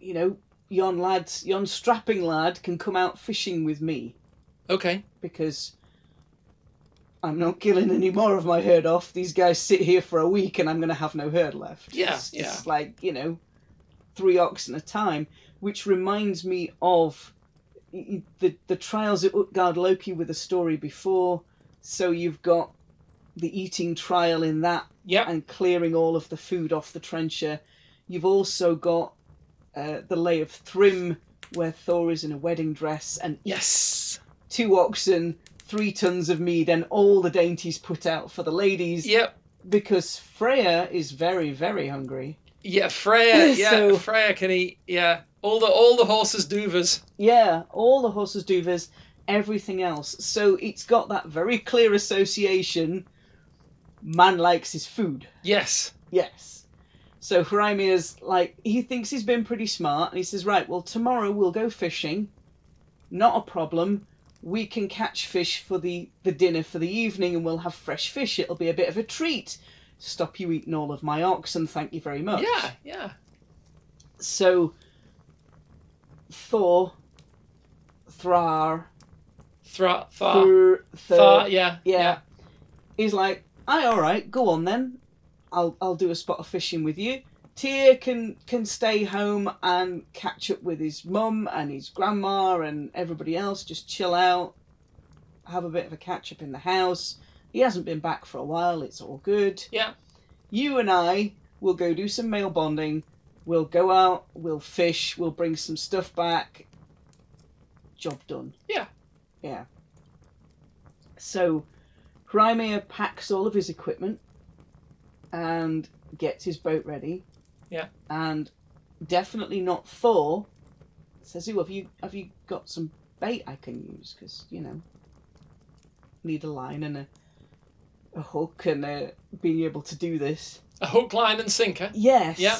Speaker 2: you know, yon lad, yon strapping lad can come out fishing with me
Speaker 1: Okay.
Speaker 2: because I'm not killing any more of my herd off. These guys sit here for a week and I'm going to have no herd left.
Speaker 1: Yeah,
Speaker 2: It's,
Speaker 1: yeah.
Speaker 2: it's like, you know, three oxen at a time, which reminds me of the, the trials at Utgard Loki with a story before. So you've got the eating trial in that
Speaker 1: Yeah.
Speaker 2: and clearing all of the food off the trencher. You've also got uh, the lay of Thrym, where Thor is in a wedding dress and
Speaker 1: Yes.
Speaker 2: two oxen, three tons of mead, and all the dainties put out for the ladies
Speaker 1: Yep.
Speaker 2: because Freya is very, very hungry.
Speaker 1: Yeah.
Speaker 2: *laughs*
Speaker 1: Freya. Yeah.
Speaker 2: So-
Speaker 1: Freya can eat. Yeah. All the all the horses doovers.
Speaker 2: Yeah, all the horses do this, everything else. So it's got that very clear association man likes his food.
Speaker 1: Yes.
Speaker 2: Yes. So Hrymir's like, he thinks he's been pretty smart, and he says, Right, well, tomorrow we'll go fishing. Not a problem. We can catch fish for the, the dinner for the evening, and we'll have fresh fish. It'll be a bit of a treat. Stop you eating all of my oxen, thank you very much.
Speaker 1: Yeah. Yeah.
Speaker 2: So, Thor, Thrar,
Speaker 1: Thra. Thar.
Speaker 2: Thur,
Speaker 1: Thar.
Speaker 2: Thur,
Speaker 1: Yeah.
Speaker 2: yeah. He's like, "I all right, go on then. I'll I'll do a spot of fishing with you." Tyr can can stay home and catch up with his mum and his grandma and everybody else. Just chill out, have a bit of a catch up in the house. He hasn't been back for a while. It's all good.
Speaker 1: Yeah.
Speaker 2: You and I will go do some male bonding. We'll go out. We'll fish. We'll bring some stuff back. Job done.
Speaker 1: Yeah.
Speaker 2: Yeah. So, Crimea packs all of his equipment and gets his boat ready.
Speaker 1: Yeah.
Speaker 2: And definitely not four. Says, "Oh, have you have you got some bait I can use? Because you know, need a line and a a hook and a, being able to do this."
Speaker 1: A hook, line, and sinker.
Speaker 2: Yes.
Speaker 1: Yeah.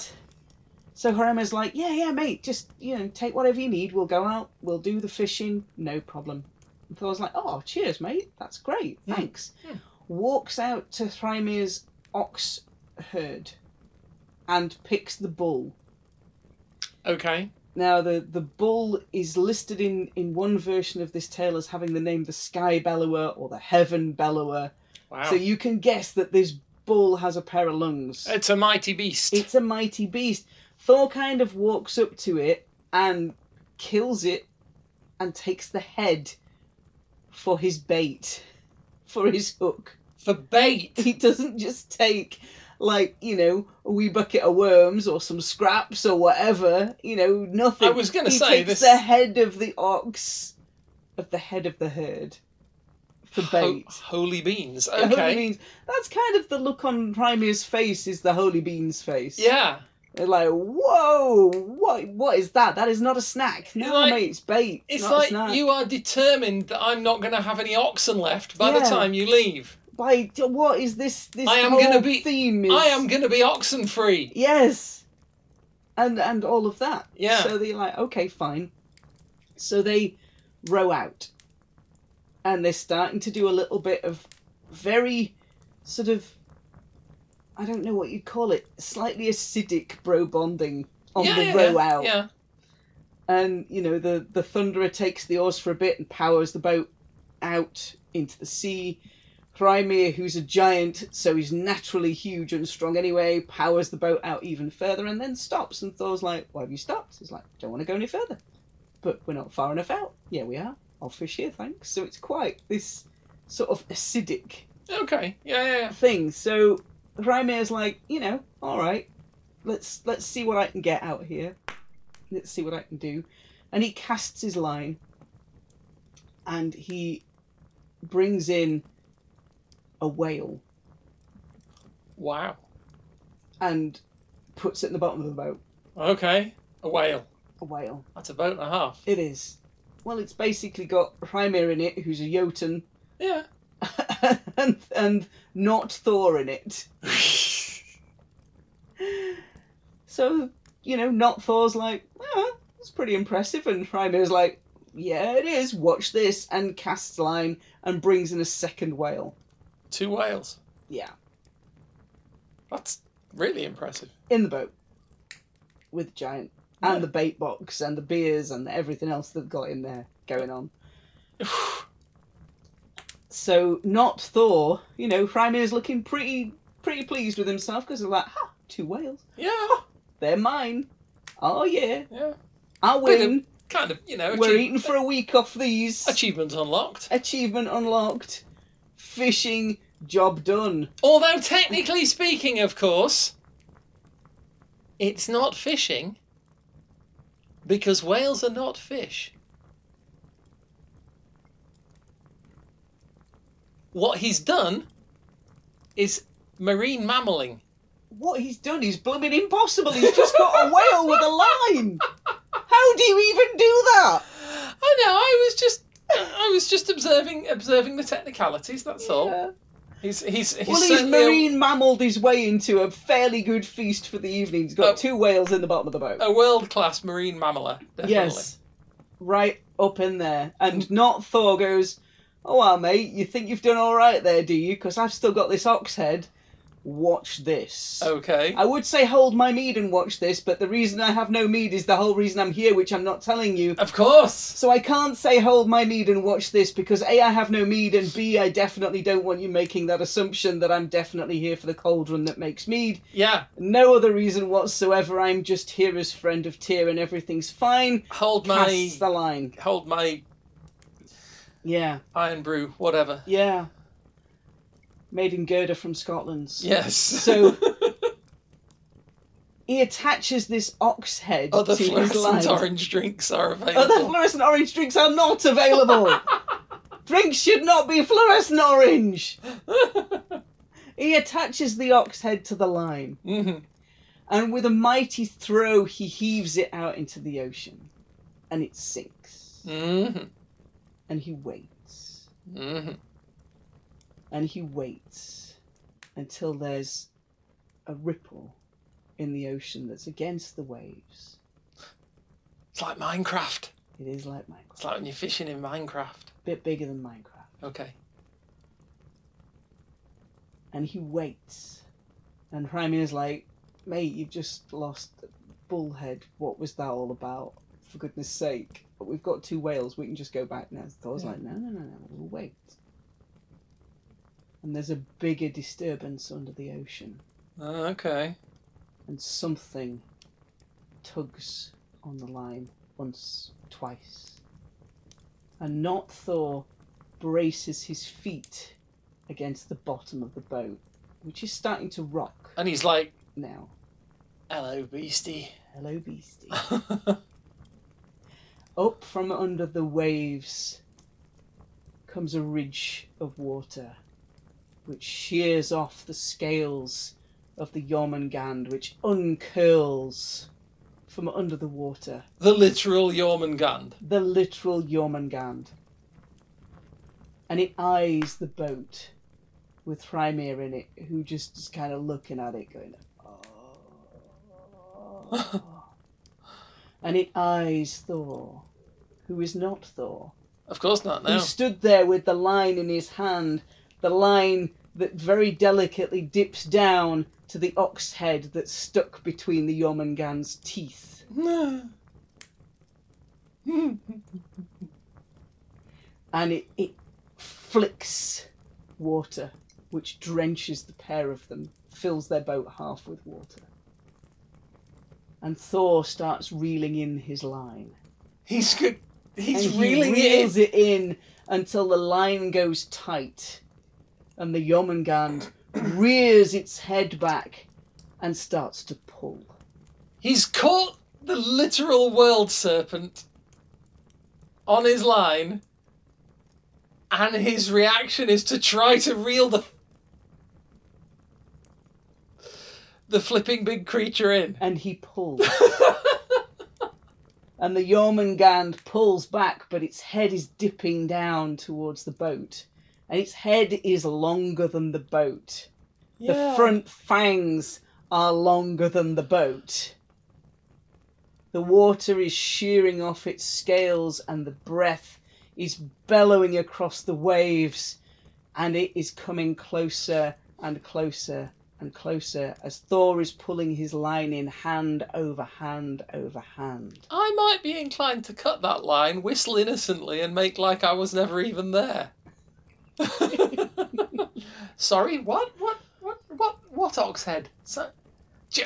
Speaker 2: So Horima's like, "Yeah, yeah, mate. Just you know, take whatever you need. We'll go out. We'll do the fishing. No problem." And Thor's like, "Oh, cheers, mate. That's great.
Speaker 1: Yeah.
Speaker 2: Thanks."
Speaker 1: Yeah.
Speaker 2: Walks out to Horima's ox herd and picks the bull.
Speaker 1: Okay.
Speaker 2: Now the, the bull is listed in, in one version of this tale as having the name the Sky Bellower or the Heaven Bellower.
Speaker 1: Wow.
Speaker 2: So you can guess that this bull has a pair of lungs.
Speaker 1: it's a mighty beast.
Speaker 2: It's a mighty beast. Thor kind of walks up to it and kills it and takes the head for his bait, *laughs* for his hook.
Speaker 1: For bait.
Speaker 2: He doesn't just take, like, you know, a wee bucket of worms or some scraps or whatever, you know, nothing.
Speaker 1: I was gonna
Speaker 2: he
Speaker 1: say
Speaker 2: takes
Speaker 1: this-
Speaker 2: the head of the ox, of the head of the herd, for bait.
Speaker 1: Ho- holy beans.
Speaker 2: The holy
Speaker 1: Okay.
Speaker 2: beans- that's kind of the look on Primea's face is the holy beans face.
Speaker 1: Yeah.
Speaker 2: They're like, whoa, what, what is that? That is not a snack. No,
Speaker 1: like-
Speaker 2: mate, it's bait.
Speaker 1: It's
Speaker 2: not a snack.
Speaker 1: like you are determined that I'm not going to have any oxen left by the
Speaker 2: Yeah.
Speaker 1: time you leave.
Speaker 2: Like, what is this? This
Speaker 1: I am
Speaker 2: whole
Speaker 1: gonna be-
Speaker 2: theme is.
Speaker 1: I am going to be oxen free.
Speaker 2: Yes, and and all of that.
Speaker 1: Yeah.
Speaker 2: So they're like, okay, fine. So they row out, and they're starting to do a little bit of very sort of I don't know what you would call it, slightly acidic bro bonding on
Speaker 1: yeah,
Speaker 2: the
Speaker 1: yeah,
Speaker 2: row
Speaker 1: yeah.
Speaker 2: out.
Speaker 1: Yeah.
Speaker 2: and you know the the thunderer takes the oars for a bit and powers the boat out into the sea Crimea, who's a giant, so he's naturally huge and strong anyway, powers the boat out even further and then stops. And Thor's like, Why have you stopped? He's like, Don't want to go any further. But we're not far enough out. Yeah, we are. I'll fish here, thanks. So it's quite this sort of acidic
Speaker 1: Okay. Yeah, yeah, yeah.
Speaker 2: thing. So Raimir's like, you know, all right, let's let's see what I can get out here. Let's see what I can do. And he casts his line, and he brings in a whale
Speaker 1: Wow.
Speaker 2: and puts it in the bottom of the boat.
Speaker 1: Okay. A whale.
Speaker 2: A whale.
Speaker 1: That's a boat and a half.
Speaker 2: It is. Well, it's basically got Raimir in it, who's a Jotun, *laughs*
Speaker 1: Yeah. *laughs*
Speaker 2: and and not Thor in it. So, you know, not Thor's like, ah, that's pretty impressive. And Primer's like, yeah, it is. Watch this. And casts line and brings in a second whale.
Speaker 1: Two whales.
Speaker 2: Yeah.
Speaker 1: That's really
Speaker 2: *sighs*
Speaker 1: impressive.
Speaker 2: In the boat with the giant
Speaker 1: Yeah.
Speaker 2: and the bait box and the beers and everything else they've got in there going on. So, not Thor, you know, Primer's looking pretty, pretty pleased with himself because they're like, ha, two whales.
Speaker 1: yeah.
Speaker 2: They're mine. Oh, yeah.
Speaker 1: Yeah.
Speaker 2: I
Speaker 1: Bit of
Speaker 2: win.
Speaker 1: Kind of, you know.
Speaker 2: We're
Speaker 1: achieve-
Speaker 2: eating for a week off these.
Speaker 1: Achievement unlocked.
Speaker 2: achievement unlocked fishing job done
Speaker 1: Although, technically speaking, of course, it's not fishing because whales are not fish. What he's done is marine mammaling.
Speaker 2: what he's done is blooming impossible he's just got a whale with a line how do you even do that
Speaker 1: I know. I was just, I was just observing, observing the technicalities. That's all.
Speaker 2: Yeah.
Speaker 1: He's, he's, he's
Speaker 2: well he's
Speaker 1: certainly a-
Speaker 2: marine mammaled his way into a fairly good feast for the evening he's got
Speaker 1: Oh.
Speaker 2: two whales in the bottom of the boat
Speaker 1: a, world-class marine mammaler. Definitely.
Speaker 2: yes right up in there and not thor goes oh well mate you think you've done all right there do you because i've still got this ox head watch
Speaker 1: Oh,
Speaker 2: this.
Speaker 1: Okay.
Speaker 2: I would say hold my mead and watch this, but the reason I have no mead is the whole reason I'm here, which I'm not telling you.
Speaker 1: Of course.
Speaker 2: So I can't say hold my mead and watch this because A, I have no mead, and B, I definitely don't want you making that assumption that I'm definitely here for the cauldron that makes mead.
Speaker 1: Yeah.
Speaker 2: No other reason whatsoever, I'm just here as friend of Tyr and everything's fine.
Speaker 1: Hold my
Speaker 2: Pass the line.
Speaker 1: hold my
Speaker 2: Yeah,
Speaker 1: iron brew, whatever.
Speaker 2: yeah. Made in Gerda from Scotland.
Speaker 1: Yes.
Speaker 2: So- He attaches this ox head
Speaker 1: *laughs* other
Speaker 2: to his
Speaker 1: fluorescent
Speaker 2: line.
Speaker 1: orange drinks are available.
Speaker 2: *laughs* Other
Speaker 1: *laughs*
Speaker 2: fluorescent orange drinks are not available. drinks should not be fluorescent orange. He attaches the ox head to the line,
Speaker 1: Mhm.
Speaker 2: and with a mighty throw, he heaves it out into the ocean, and it sinks.
Speaker 1: Mhm.
Speaker 2: And he waits,
Speaker 1: Mhm.
Speaker 2: and he waits until there's a ripple in the ocean that's against the waves.
Speaker 1: It's like Minecraft.
Speaker 2: It is like Minecraft,
Speaker 1: It's like when you're fishing in Minecraft.
Speaker 2: a bit bigger than Minecraft.
Speaker 1: Okay.
Speaker 2: and he waits. And Hrymir's like, mate, you've just lost Bullhead. What was that all about? For goodness sake. But we've got two whales. We can just go back now. Thor's
Speaker 1: Yeah.
Speaker 2: like, no, no, no, no. We'll wait. And there's a bigger disturbance under the ocean.
Speaker 1: Uh, okay.
Speaker 2: And something tugs on the line once, twice. And not Thor braces his feet against the bottom of the boat, which is starting to rock
Speaker 1: And he's like,
Speaker 2: now.
Speaker 1: "Hello, beastie." *laughs*
Speaker 2: Hello, beastie. Up from under the waves comes a ridge of water, which shears off the scales of the Jormungand, which uncurls from under the water.
Speaker 1: the literal Jormungand.
Speaker 2: The literal Jormungand. And it eyes the boat with Hreimir in it, who just is kind of looking at it, going, oh. and it eyes Thor, who is not Thor.
Speaker 1: Of course not.
Speaker 2: He
Speaker 1: Now.
Speaker 2: stood there with the line in his hand, the line that very delicately dips down to the ox head that's stuck between the Jormungand's teeth.
Speaker 1: Hmm.
Speaker 2: And it, it flicks water, which drenches the pair of them, fills their boat half with water. And Thor starts reeling in his line.
Speaker 1: he's good. He's
Speaker 2: and
Speaker 1: reeling
Speaker 2: he
Speaker 1: it
Speaker 2: reels it in until the line goes tight and the Yomangand rears its head back and starts to pull.
Speaker 1: He's caught the literal world serpent on his line, and his reaction is to try to reel the the flipping big creature in. *laughs*
Speaker 2: And he pulls. and the Yomangand pulls back, but its head is dipping down towards the boat. And its head is longer than the boat. The front fangs are longer than the boat. The water is shearing off its scales, and the breath is bellowing across the waves, and it is coming closer and closer and closer as Thor is pulling his line in hand over hand over hand.
Speaker 1: I might be inclined to cut that line, whistle innocently, and make like I was never even there. Sorry, what? What? What? What? What? Oxhead? So, j-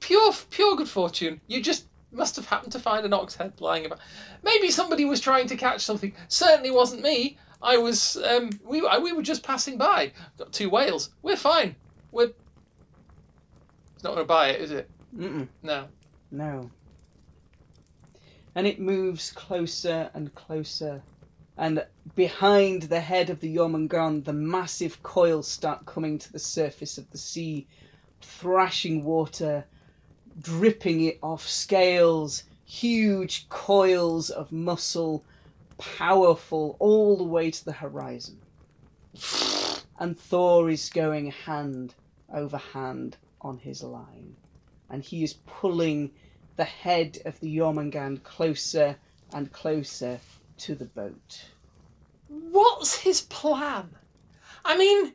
Speaker 1: pure, pure good fortune. You just must have happened to find an ox head lying about. Maybe somebody was trying to catch something. Certainly wasn't me. I was. Um, we I- we were just passing by. Got two whales. We're fine. We're. It's not going to buy it, is it?
Speaker 2: Mm-mm,
Speaker 1: No.
Speaker 2: no. And it moves closer and closer, and behind the head of the Jormungand, the massive coils start coming to the surface of the sea, thrashing water, dripping it off scales, huge coils of muscle, powerful, all the way to the horizon. And Thor is going hand over hand on his line, and he is pulling the head of the Jormungand closer and closer to the boat.
Speaker 1: What's his plan? I mean,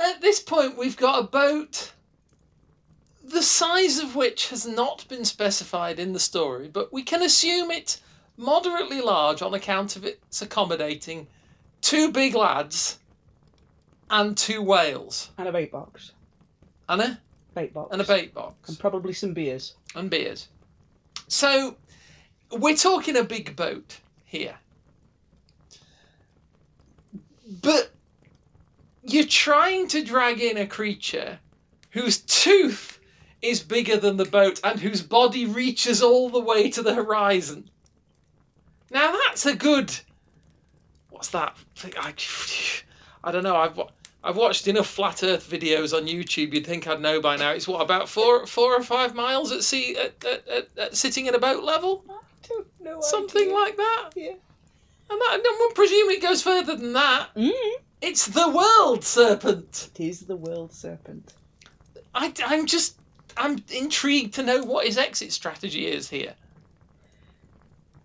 Speaker 1: At this point, we've got a boat, the size of which has not been specified in the story, but we can assume it's moderately large on account of its accommodating two big lads and two whales.
Speaker 2: And a bait box.
Speaker 1: And a,
Speaker 2: Bait box.
Speaker 1: and a bait box.
Speaker 2: And probably some beers.
Speaker 1: and beers. So we're talking a big boat here. But you're trying to drag in a creature whose tooth is bigger than the boat and whose body reaches all the way to the horizon. Now that's a good. What's that? I, I don't know. I've wa- I've watched enough flat Earth videos on YouTube. You'd think I'd know by now. It's what about four four or five miles at sea at, at, at, at sitting at a boat level,
Speaker 2: I don't know.
Speaker 1: something like that.
Speaker 2: Yeah.
Speaker 1: And that, and one presume it goes further than that.
Speaker 2: Mm.
Speaker 1: It's the world serpent.
Speaker 2: It is the world serpent.
Speaker 1: I, I'm just I'm intrigued to know what his exit strategy is here.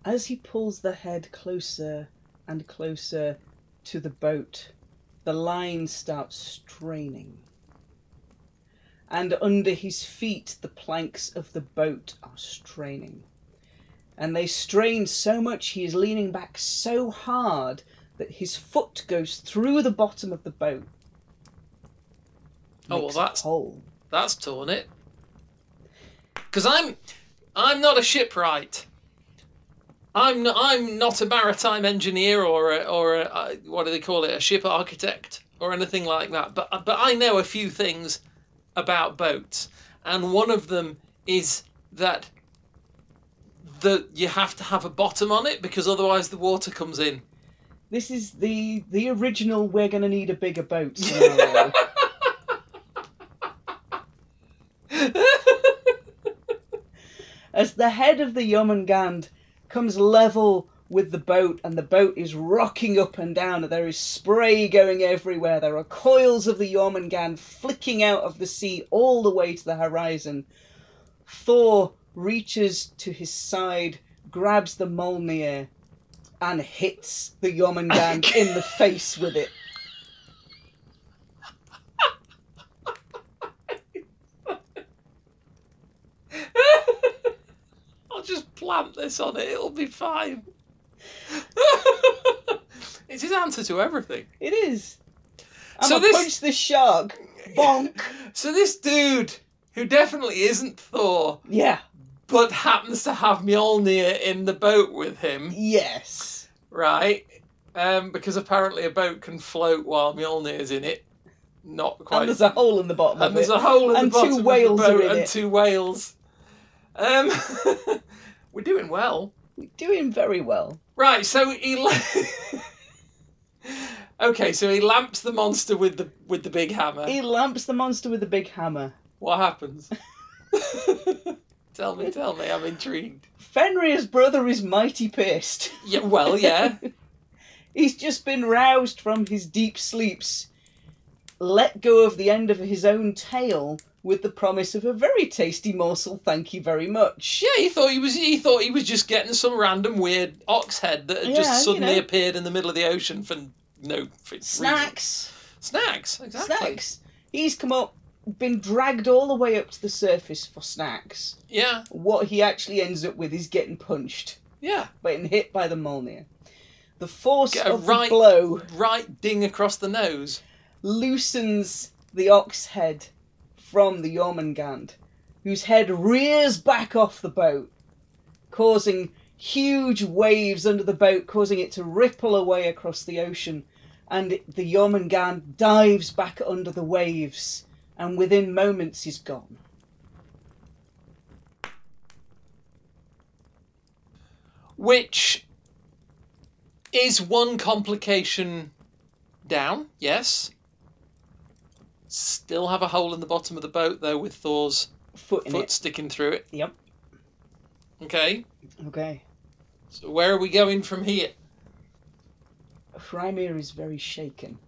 Speaker 2: As he pulls the head closer and closer to the boat, the line starts straining. And under his feet, the planks of the boat are straining. And they strain so much, he is leaning back so hard that his foot goes through the bottom of the boat.
Speaker 1: Oh, well,
Speaker 2: Makes a
Speaker 1: that's-
Speaker 2: hole.
Speaker 1: That's torn it. Cause I'm I'm not a shipwright. I'm not, I'm not a maritime engineer or a, or a, uh, what do they call it a ship architect or anything like that. But but I know a few things about boats, and one of them is that the you have to have a bottom on it because otherwise the water comes in. *laughs*
Speaker 2: This is the the original. We're gonna need a
Speaker 1: *laughs*
Speaker 2: bigger boat. scenario. as the head of the Yomangand comes level with the boat, and the boat is rocking up and down. There is spray going everywhere. There are coils of the Yomangand flicking out of the sea all the way to the horizon. Thor reaches to his side, grabs the Molnir, and hits the Yomangand in the face with it.
Speaker 1: *laughs* I'll just plant this on it. It'll be fine. *laughs* it's his answer to everything.
Speaker 2: It is. I'm
Speaker 1: So
Speaker 2: gonna
Speaker 1: this-
Speaker 2: punch the shark.
Speaker 1: *laughs*
Speaker 2: Bonk.
Speaker 1: So this dude, who definitely isn't Thor,
Speaker 2: Yeah.
Speaker 1: but happens to have Mjolnir in the boat with him,
Speaker 2: Yes.
Speaker 1: right? Um, because apparently a boat can float while Mjolnir's in it. Not quite.
Speaker 2: And there's a hole in the bottom
Speaker 1: and
Speaker 2: of
Speaker 1: there's
Speaker 2: it.
Speaker 1: a hole in
Speaker 2: And
Speaker 1: the
Speaker 2: two
Speaker 1: bottom of the
Speaker 2: whales are
Speaker 1: boat
Speaker 2: in
Speaker 1: and
Speaker 2: it.
Speaker 1: two whales. Um, *laughs* we're doing well.
Speaker 2: We're doing very well.
Speaker 1: Right, so he. *laughs* la- okay, so he lamps the monster with the with the big hammer.
Speaker 2: He lamps the monster with a big hammer.
Speaker 1: What happens? *laughs* tell me, tell me. I'm intrigued.
Speaker 2: Fenrir's brother is mighty pissed.
Speaker 1: Yeah, well, Oh, yeah.
Speaker 2: *laughs* He's just been roused from his deep sleeps, let go of the end of his own tail with the promise of a very tasty morsel, thank you very much.
Speaker 1: Yeah, he thought he was. He thought he was just getting some random weird ox head that had
Speaker 2: Yeah, you
Speaker 1: just suddenly
Speaker 2: know.
Speaker 1: appeared in the middle of the ocean for no for reason.
Speaker 2: Snacks.
Speaker 1: Snacks, exactly.
Speaker 2: Snacks. He's come up, been dragged all the way up to the surface for snacks.
Speaker 1: Yeah,
Speaker 2: What he actually ends up with is getting punched,
Speaker 1: yeah.
Speaker 2: getting hit by the Molnir. The force
Speaker 1: Get a
Speaker 2: of
Speaker 1: right-
Speaker 2: the blow
Speaker 1: Right ding across the nose.
Speaker 2: loosens the ox head from the Jormungand, whose head rears back off the boat, causing huge waves under the boat, causing it to ripple away across the ocean. And the Jormungand dives back under the waves, and within moments is gone.
Speaker 1: which is one complication down, yes. Still have a hole in the bottom of the boat though with Thor's
Speaker 2: Foot in
Speaker 1: foot sticking through it.
Speaker 2: Yep.
Speaker 1: Okay.
Speaker 2: it. Okay.
Speaker 1: So where are we going from here?
Speaker 2: Frymir is very shaken,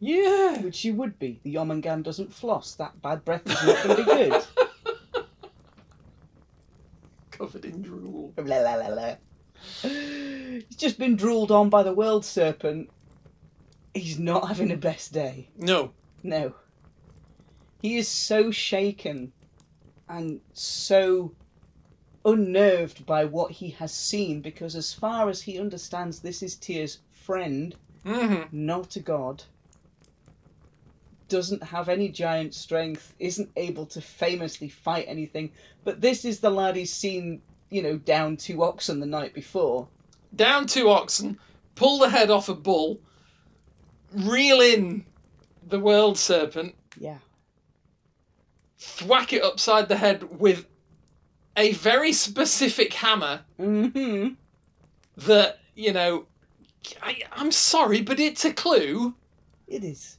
Speaker 1: Yeah.
Speaker 2: which you would be. The Jormungand doesn't floss. That bad breath is not going to be good.
Speaker 1: Covered in drool.
Speaker 2: La, la, la, la. He's just been drooled on by the world serpent. He's not having the best day.
Speaker 1: No.
Speaker 2: No. He is so shaken and so unnerved by what he has seen because, as far as he understands, this is Tyr's friend,
Speaker 1: Mm-hmm.
Speaker 2: not a god, doesn't have any giant strength, isn't able to famously fight anything. But this is the lad he's seen, you know, down two oxen the night before.
Speaker 1: Down two oxen, pull the head off a bull, reel in the world serpent,
Speaker 2: Yeah.
Speaker 1: thwack it upside the head with a very specific hammer
Speaker 2: hmm
Speaker 1: that, you know, I, I'm sorry, but it's a clue.
Speaker 2: It is.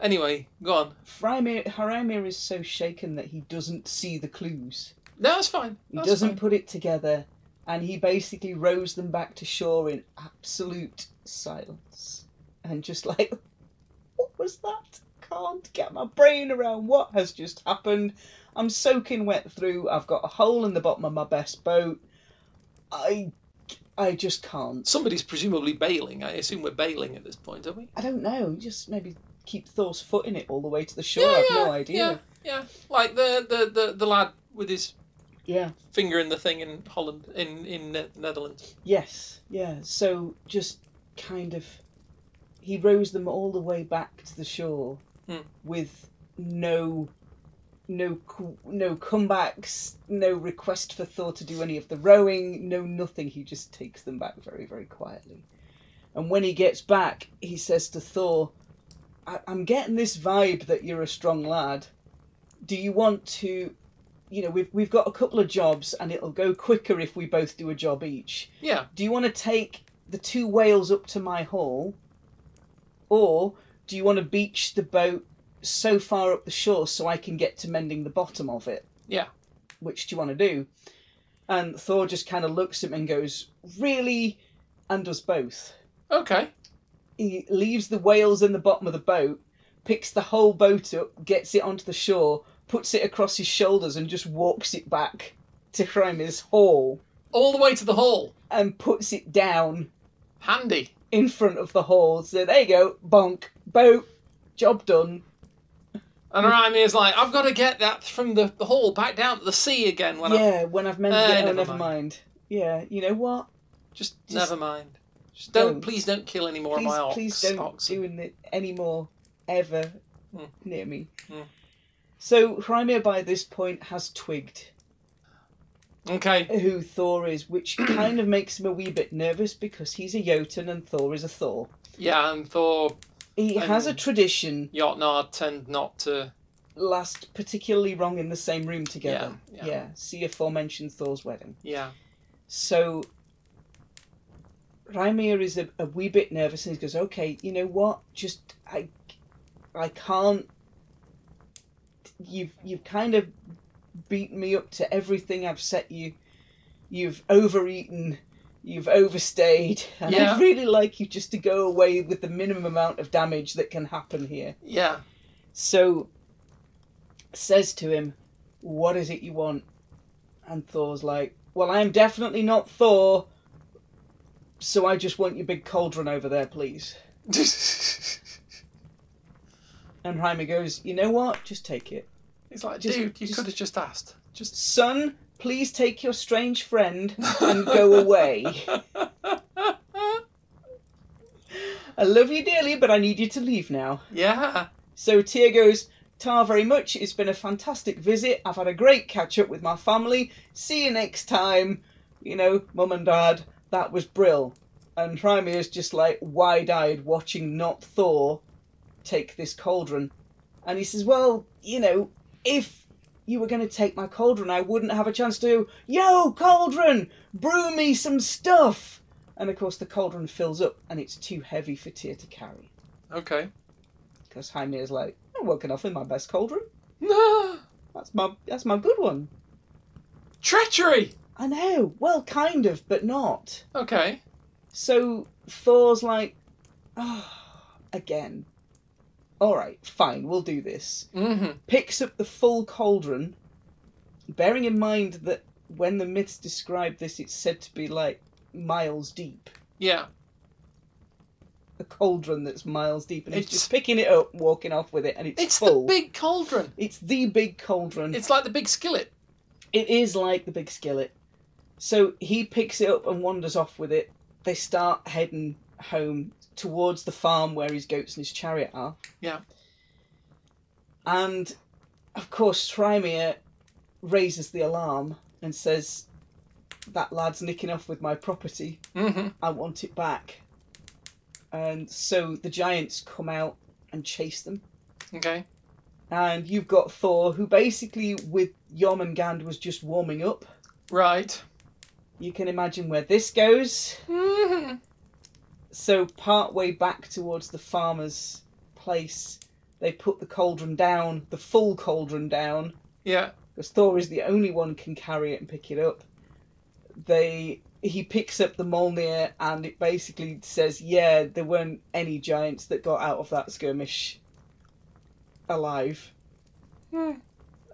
Speaker 1: Anyway, go on.
Speaker 2: Frymir, Haramir is so shaken that he doesn't see the clues.
Speaker 1: No, it's fine.
Speaker 2: He
Speaker 1: That's
Speaker 2: doesn't
Speaker 1: fine.
Speaker 2: put it together, and he basically rows them back to shore in absolute silence. And just like, what was that? Can't get my brain around what has just happened. I'm soaking wet through. I've got a hole in the bottom of my best boat. I, I just can't.
Speaker 1: Somebody's presumably bailing. I assume we're bailing at this point, are we?
Speaker 2: I don't know. Just maybe keep Thor's foot in it all the way to the shore.
Speaker 1: Yeah,
Speaker 2: I've no
Speaker 1: yeah,
Speaker 2: idea.
Speaker 1: Yeah, yeah. Like the, the, the, the lad with his
Speaker 2: yeah.
Speaker 1: finger in the thing in Holland, in, in the Netherlands.
Speaker 2: Yes, yeah. So just kind of, he rows them all the way back to the shore
Speaker 1: Hmm.
Speaker 2: with no, no, co- no comebacks, no request for Thor to do any of the rowing, no nothing. He just takes them back very, very quietly. And when he gets back, he says to Thor, I- "I'm getting this vibe that you're a strong lad. Do you want to?" You know, we've, we've got a couple of jobs and it'll go quicker if we both do a job each
Speaker 1: Yeah.
Speaker 2: do you want to take the two whales up to my hall or do you want to beach the boat so far up the shore so I can get to mending the bottom of it?
Speaker 1: Yeah.
Speaker 2: Which do you want to do? And Thor just kind of looks at him and goes, Really? And does both.
Speaker 1: Okay.
Speaker 2: He leaves the whales in the bottom of the boat, picks the whole boat up, gets it onto the shore, puts it across his shoulders, and just walks it back to Hrymir's hall
Speaker 1: All the way to the hall.
Speaker 2: and puts it down
Speaker 1: Handy.
Speaker 2: in front of the hall. So there you go, bonk, boat, job done.
Speaker 1: And Rami is like, I've got to get that from the, the hall back down to the sea again when I
Speaker 2: yeah, when I've meant
Speaker 1: Eh,
Speaker 2: it, oh,
Speaker 1: never
Speaker 2: never mind.
Speaker 1: mind.
Speaker 2: Yeah, you know what?
Speaker 1: just,
Speaker 2: Just-
Speaker 1: never mind. Just don't,
Speaker 2: don't.
Speaker 1: please don't kill any more
Speaker 2: Please,
Speaker 1: of my ox.
Speaker 2: please don't
Speaker 1: oxen.
Speaker 2: do it anymore ever
Speaker 1: Mm.
Speaker 2: near me.
Speaker 1: Mm.
Speaker 2: So Hrymir by this point has twigged
Speaker 1: Okay.
Speaker 2: who Thor
Speaker 1: *clears throat*
Speaker 2: is, which kind of makes him a wee bit nervous because he's a Jotun and Thor is a Thor.
Speaker 1: Yeah, and Thor
Speaker 2: He has a
Speaker 1: And-
Speaker 2: tradition
Speaker 1: Jotnar tend not to.
Speaker 2: last particularly wrong in the same room together.
Speaker 1: Yeah, yeah.
Speaker 2: yeah. see aforementioned Thor's wedding.
Speaker 1: Yeah.
Speaker 2: So Raimir is a, a wee bit nervous and he goes, Okay, you know what? Just I I can't you've you've kind of beaten me up to everything I've set you. You've overeaten, you've overstayed, and
Speaker 1: Yeah.
Speaker 2: I'd really like you just to go away with the minimum amount of damage that can happen here.
Speaker 1: Yeah. *laughs*
Speaker 2: So says to him, What is it you want? And Thor's like, Well, I'm definitely not Thor, so I just want your big cauldron over there, please.
Speaker 1: He's
Speaker 2: And Jaime goes, You know what? Just take it.
Speaker 1: like,
Speaker 2: Just-
Speaker 1: dude, you
Speaker 2: just-
Speaker 1: could have just asked. Just
Speaker 2: Son, please take your strange friend and go away. I love you dearly, but I need you to leave now.
Speaker 1: *laughs* yeah.
Speaker 2: So Tyr goes, Tar very much. It's been a fantastic visit. I've had a great catch up with my family. See you next time. You know, mum and dad, that was brill. And Hrymi is just like wide eyed watching not Thor take this cauldron. And he says, Well, you know, if you were going to take my cauldron, I wouldn't have a chance to, yo, cauldron, brew me some stuff. And of course, the cauldron fills up and it's too heavy for Tyr to carry
Speaker 1: Okay. *gasps*
Speaker 2: because Jaime is like, I'm working off in my best cauldron. That's my that's my good one.
Speaker 1: Treachery.
Speaker 2: I know. Well, kind of, but not.
Speaker 1: Okay.
Speaker 2: So Thor's like, oh, again. All right, fine. We'll do this.
Speaker 1: Mm-hmm.
Speaker 2: Picks up the full cauldron, bearing in mind that when the myths describe this, it's said to be like miles deep.
Speaker 1: Yeah.
Speaker 2: a cauldron that's miles deep, and he's
Speaker 1: It's-
Speaker 2: just picking it up, walking off with it, and it's,
Speaker 1: It's
Speaker 2: full.
Speaker 1: the big cauldron.
Speaker 2: It's the big cauldron.
Speaker 1: It's like the big skillet.
Speaker 2: It is like the big skillet. So he picks it up and wanders off with it. They start heading home towards the farm where his goats and his chariot are.
Speaker 1: Yeah.
Speaker 2: And of course, Trymir raises the alarm and says, That lad's nicking off with my property.
Speaker 1: Mm-hmm.
Speaker 2: I want it back. And so the giants come out and chase them.
Speaker 1: Okay.
Speaker 2: And you've got Thor, who basically with Jormungand was just warming up.
Speaker 1: Right.
Speaker 2: You can imagine where this goes.
Speaker 1: Mm-hmm.
Speaker 2: So, part way back towards the farmer's place, they put the cauldron down, the full cauldron down,
Speaker 1: Yeah.
Speaker 2: because Thor is the only one can carry it and pick it up. They he picks up the Molnir and it basically says, yeah, there weren't any giants that got out of that skirmish alive.
Speaker 1: Mm.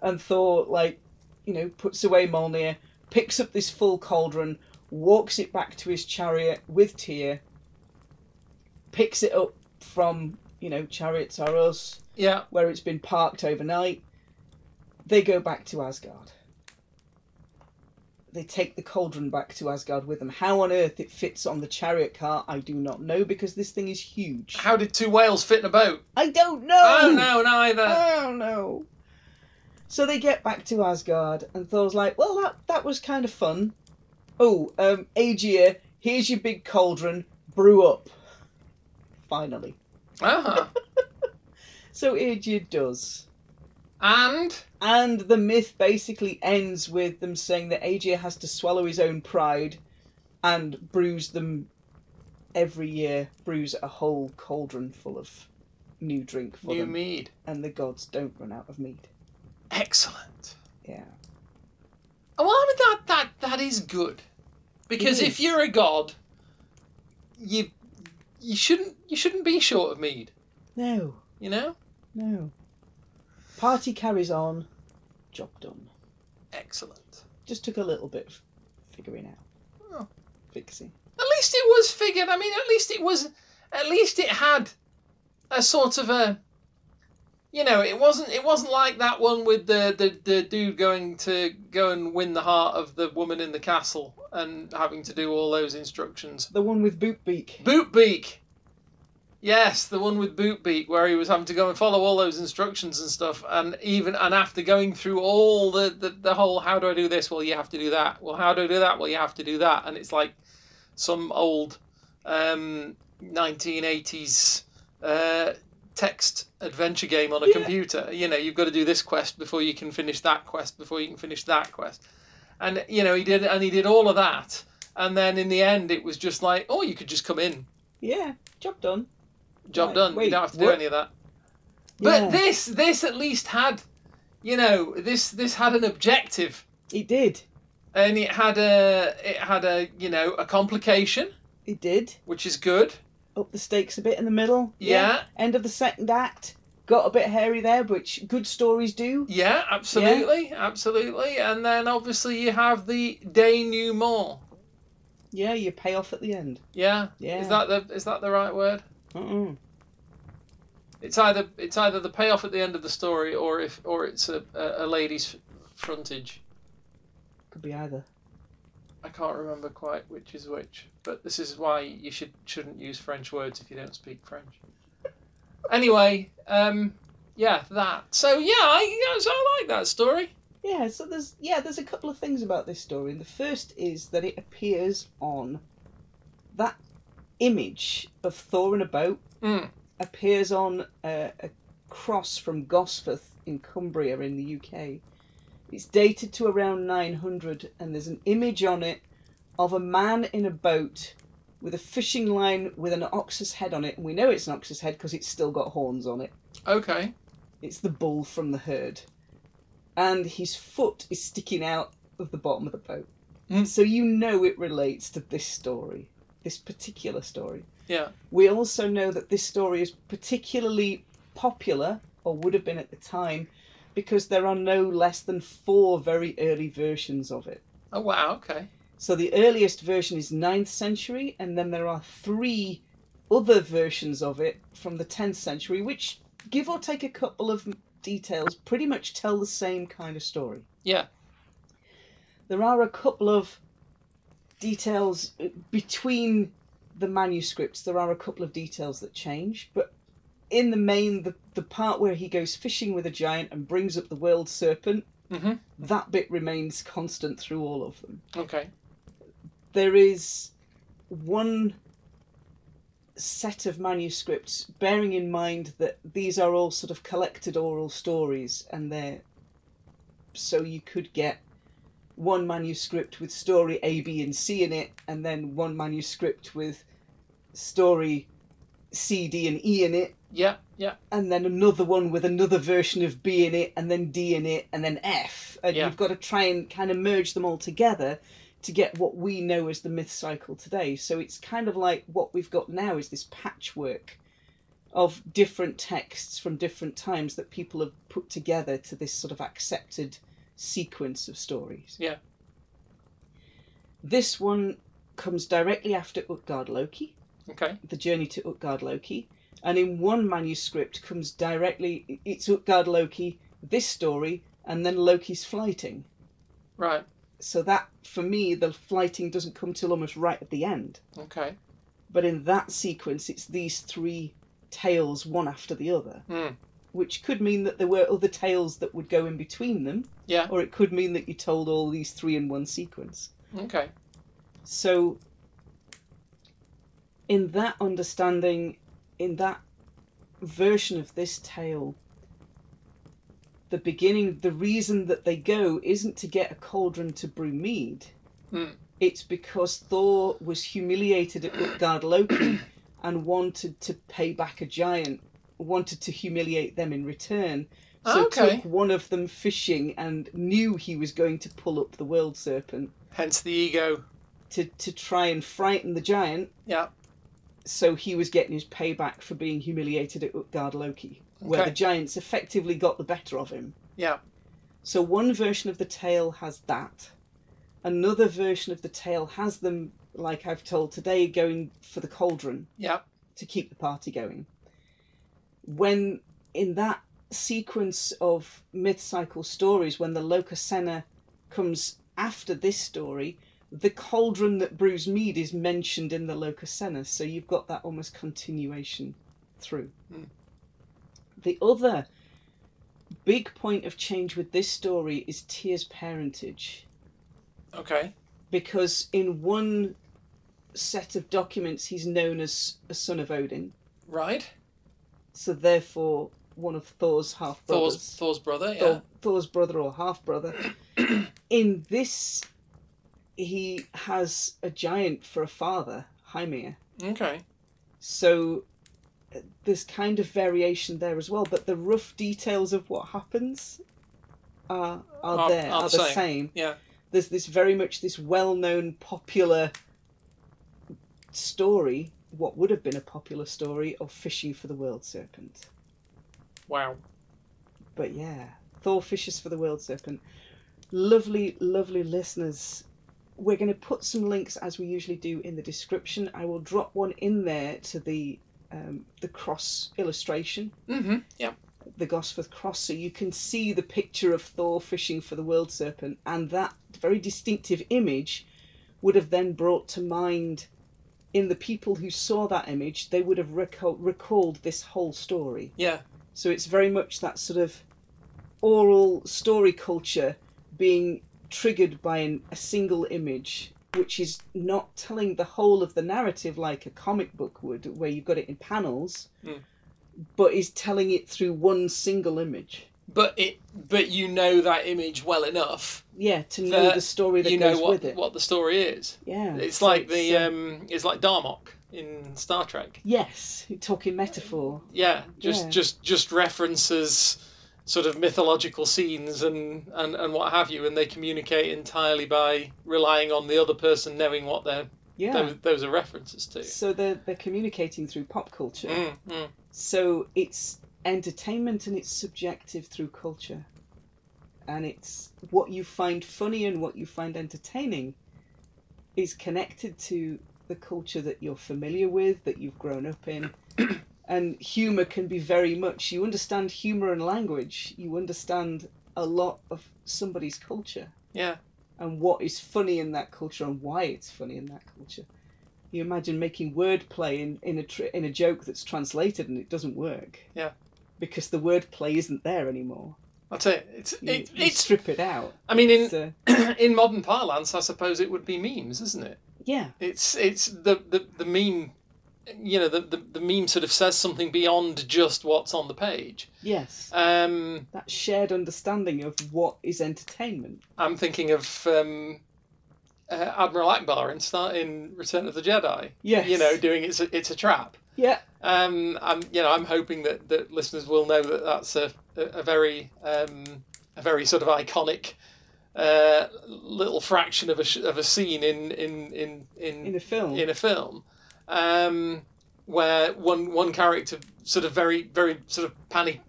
Speaker 2: And Thor like, you know, puts away Molnir, picks up this full cauldron, walks it back to his chariot with Tyr, picks it up from you know chariots are us
Speaker 1: Yeah.
Speaker 2: where it's been parked overnight. They go back to Asgard. They take the cauldron back to Asgard with them. How on earth it fits on the chariot car, I do not know because this thing is huge.
Speaker 1: How Oh, did two whales fit in a boat?
Speaker 2: I don't know.
Speaker 1: I don't know neither.
Speaker 2: Oh no. So they get back to Asgard, and Thor's like, "Well, that that was kind of fun. Oh, um, Aegir, here's your big cauldron. Brew up." Finally,
Speaker 1: Uh-huh.
Speaker 2: so Aegir does.
Speaker 1: And
Speaker 2: And the myth basically ends with them saying that Aegir has to swallow his own pride and brews them every year, brews a whole cauldron full of new drink for
Speaker 1: new
Speaker 2: them,
Speaker 1: mead.
Speaker 2: and the gods don't run out of mead.
Speaker 1: Excellent.
Speaker 2: Yeah.
Speaker 1: Well, that that that is good, because
Speaker 2: It
Speaker 1: if
Speaker 2: is.
Speaker 1: you're a god, you you shouldn't you shouldn't be short of mead.
Speaker 2: No,
Speaker 1: You know.
Speaker 2: no. Party carries on, job done.
Speaker 1: Excellent.
Speaker 2: Just took a little bit of figuring out.
Speaker 1: Oh.
Speaker 2: Fixing.
Speaker 1: At least it was figured. I mean, at least it was. At least it had a sort of a. You know, it wasn't. It wasn't like that one with the the, the dude going to go and win the heart of the woman in the castle and having to do all those instructions.
Speaker 2: The one with boot beak.
Speaker 1: Bootbeak. Yes, the one with Bootbeak, where he was having to go and follow all those instructions and stuff, and even and after going through all the, the the whole how do I do this? Well, you have to do that. Well, how do I do that? Well, you have to do that, and it's like some old um, 1980s uh, text adventure game on a
Speaker 2: Yeah.
Speaker 1: computer. You know, you've got to do this quest before you can finish that quest before you can finish that quest, and you know he did and he did all of that, and then in the end it was just like, oh, you could just come in.
Speaker 2: Yeah, job done.
Speaker 1: Job
Speaker 2: Right,
Speaker 1: done.
Speaker 2: wait,
Speaker 1: you don't have to do
Speaker 2: what?
Speaker 1: any of that. But
Speaker 2: Yeah.
Speaker 1: this, this at least had, you know, this this had an objective,
Speaker 2: It did.
Speaker 1: and it had a it had a you know a complication,
Speaker 2: It did.
Speaker 1: which is good.
Speaker 2: Up the stakes a bit in the middle.
Speaker 1: Yeah,
Speaker 2: End of the second act. Got a bit hairy there, which good stories do.
Speaker 1: yeah, absolutely, absolutely. And then obviously you have the denouement.
Speaker 2: Yeah, you pay off at the end.
Speaker 1: Yeah,
Speaker 2: Yeah.
Speaker 1: is that the is that the right word?
Speaker 2: Mm-mm.
Speaker 1: It's either it's either the payoff at the end of the story, or if or it's a a, a lady's frontage.
Speaker 2: Could be either.
Speaker 1: I can't remember quite which is which, but this is why you should shouldn't use French words if you don't speak French. *laughs* anyway, um, yeah, that. So yeah, I, I was- I like that story.
Speaker 2: Yeah, so there's yeah, there's a couple of things about this story. The first is that it appears on that image of Thor in a boat
Speaker 1: Mm.
Speaker 2: appears on a, a cross from Gosforth in Cumbria in the UK. It's dated to around 900, and there's an image on it of a man in a boat with a fishing line with an ox's head on it. And we know it's an ox's head because it's still got horns on it.
Speaker 1: Okay.
Speaker 2: It's the bull from the herd. And his foot is sticking out of the bottom of the boat.
Speaker 1: Mm.
Speaker 2: So you know it relates to this story, this particular story.
Speaker 1: Yeah.
Speaker 2: We also know that this story is particularly popular, or would have been at the time, because there are no less than four very early versions of it.
Speaker 1: Oh wow. Okay.
Speaker 2: So the earliest version is 9th century, and then there are three other versions of it from the 10th century, which, give or take a couple of m- details, pretty much tell the same kind of story.
Speaker 1: Yeah.
Speaker 2: There are a couple of details uh, between the manuscripts, there are a couple of details that change, but in the main, the, the part where he goes fishing with a giant and brings up the world serpent,
Speaker 1: Mhm.
Speaker 2: that bit remains constant through all of them
Speaker 1: Okay.
Speaker 2: there is one set of manuscripts bearing in mind that these are all sort of collected oral stories and they're so you could get one manuscript with story A, B, and C in it, and then one manuscript with story C, D, and E in it,
Speaker 1: Yeah. Yeah.
Speaker 2: and then another one with another version of B in it, and then D in it, and then F. And
Speaker 1: Yeah.
Speaker 2: you've got to try and kind of merge them all together to get what we know as the myth cycle today. So it's kind of like what we've got now is this patchwork of different texts from different times that people have put together to this sort of accepted sequence of stories.
Speaker 1: Yeah.
Speaker 2: This one comes directly after Utgard Loki
Speaker 1: Okay.
Speaker 2: the journey to Utgard Loki, and in one manuscript comes directly it's Utgard Loki, this story, and then Loki's flighting.
Speaker 1: Right.
Speaker 2: So that for me, the flighting doesn't come till almost right at the end.
Speaker 1: Okay.
Speaker 2: But in that sequence, it's these three tales one after the other,
Speaker 1: Hmm.
Speaker 2: which could mean that there were other tales that would go in between them,
Speaker 1: Yeah.
Speaker 2: or it could mean that you told all these three in one sequence.
Speaker 1: Okay.
Speaker 2: So, in that understanding, in that version of this tale, the beginning, the reason that they go isn't to get a cauldron to brew mead.
Speaker 1: Hmm.
Speaker 2: It's because Thor was humiliated at
Speaker 1: *coughs*
Speaker 2: Utgard Loki and wanted to pay back a giant, wanted to humiliate them in return. So
Speaker 1: Okay.
Speaker 2: took one of them fishing and knew he was going to pull up the world serpent
Speaker 1: Hence the ego.
Speaker 2: to to try and frighten the giant.
Speaker 1: Yeah.
Speaker 2: So he was getting his payback for being humiliated at Utgard Loki, where
Speaker 1: Okay.
Speaker 2: the giants effectively got the better of him.
Speaker 1: Yeah.
Speaker 2: So one version of the tale has that. Another version of the tale has them, like I've told today, going for the cauldron
Speaker 1: Yeah.
Speaker 2: to keep the party going. When in that sequence of myth cycle stories, when the Locusena comes after this story, the cauldron that brews mead is mentioned in the Locusena, so you've got that almost continuation through.
Speaker 1: Mm.
Speaker 2: The other big point of change with this story is Tyr's parentage
Speaker 1: Okay.
Speaker 2: because in one set of documents he's known as a son of Odin,
Speaker 1: Right.
Speaker 2: so therefore one of Thor's half
Speaker 1: Thor's
Speaker 2: brothers,
Speaker 1: Thor's brother. Yeah.
Speaker 2: Thor's brother or half
Speaker 1: *clears throat*
Speaker 2: brother. in this, he has a giant for a father, Hymir.
Speaker 1: Okay.
Speaker 2: So uh, there's kind of variation there as well, but the rough details of what happens are are,
Speaker 1: Are-
Speaker 2: there,
Speaker 1: are
Speaker 2: are,
Speaker 1: the
Speaker 2: the
Speaker 1: same.
Speaker 2: same.
Speaker 1: Yeah.
Speaker 2: There's this very much this well-known popular story, what would have been a popular story of fishing for the world serpent.
Speaker 1: Wow.
Speaker 2: But yeah, Thor fishes for the world serpent. Lovely, lovely listeners. We're going to put some links as we usually do in the description. I will drop one in there to the um, the cross illustration,
Speaker 1: Mm-hmm. Yeah.
Speaker 2: the Gosforth cross, so you can see the picture of Thor fishing for the world serpent, and that very distinctive image would have then brought to mind in the people who saw that image. They would have recall- recalled this whole story.
Speaker 1: Yeah.
Speaker 2: So it's very much that sort of oral story culture being triggered by an, a single image, which is not telling the whole of the narrative like a comic book would, where you've got it in panels,
Speaker 1: Mm.
Speaker 2: but is telling it through one single image.
Speaker 1: But it. But you know that image well enough.
Speaker 2: Yeah, to know
Speaker 1: That
Speaker 2: the story that
Speaker 1: you know
Speaker 2: goes
Speaker 1: what
Speaker 2: with it.
Speaker 1: what the story is.
Speaker 2: yeah,
Speaker 1: Oh, It's
Speaker 2: so
Speaker 1: like the
Speaker 2: uh,
Speaker 1: um. It's like Darmok in Star Trek.
Speaker 2: yes, talking metaphor.
Speaker 1: yeah just
Speaker 2: Yeah.
Speaker 1: just just references sort of mythological scenes and, and and what have you and they communicate entirely by relying on the other person knowing what they're
Speaker 2: Yeah,
Speaker 1: those, those are references to
Speaker 2: so they're they're communicating through pop culture.
Speaker 1: mm, mm.
Speaker 2: So it's entertainment and it's subjective through culture. And it's what you find funny and what you find entertaining is connected to the culture that you're familiar with, that you've grown up in. and humor can be very much, you understand humor and language, you understand a lot of somebody's culture
Speaker 1: Yeah.
Speaker 2: and what is funny in that culture and why it's funny in that culture. You imagine making wordplay in, in a tr- in a joke that's translated and it doesn't work.
Speaker 1: Yeah.
Speaker 2: Because the wordplay isn't there anymore.
Speaker 1: That's it. It's
Speaker 2: You,
Speaker 1: it,
Speaker 2: you
Speaker 1: it's.
Speaker 2: strip it out. uh,
Speaker 1: I mean, in
Speaker 2: So, *coughs*
Speaker 1: in *clears throat* modern parlance, I suppose it would be memes, isn't it?
Speaker 2: yeah,
Speaker 1: It's it's the the, the meme. You know, the, the the meme sort of says something beyond just what's on the page.
Speaker 2: yes.
Speaker 1: Um,
Speaker 2: That shared understanding of what is entertainment.
Speaker 1: I'm thinking of um, uh, Admiral Akbar in Star in Return of the Jedi.
Speaker 2: Yes.
Speaker 1: You know, doing it's a, it's a trap.
Speaker 2: Yeah.
Speaker 1: Um, I'm you know I'm hoping that, that listeners will know that that's a a a very um, a very sort of iconic uh, little fraction of a sh- of a scene in in in
Speaker 2: In
Speaker 1: in
Speaker 2: a film.
Speaker 1: in a film um, where one one character sort of very very sort of panic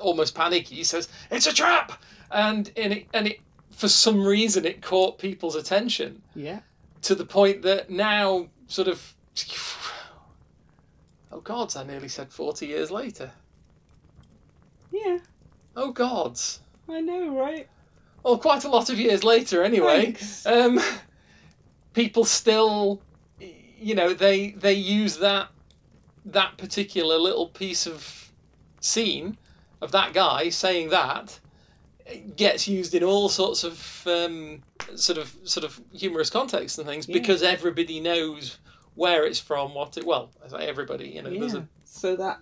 Speaker 1: almost panicky says it's a trap and and it and it for some reason it caught people's attention
Speaker 2: yeah.
Speaker 1: to the point that now, sort of, *sighs* oh gods, I nearly said 40 years later.
Speaker 2: Yeah.
Speaker 1: Oh gods.
Speaker 2: I know, right?
Speaker 1: Well, quite a lot of years later, anyway.
Speaker 2: Thanks.
Speaker 1: Um, people still, you know, they they use that that particular little piece of scene of that guy saying that it gets used in all sorts of um, sort of sort of humorous contexts and things
Speaker 2: Yeah.
Speaker 1: because everybody knows where it's from, what it well, I say everybody, you know, there's
Speaker 2: yeah.
Speaker 1: a
Speaker 2: So that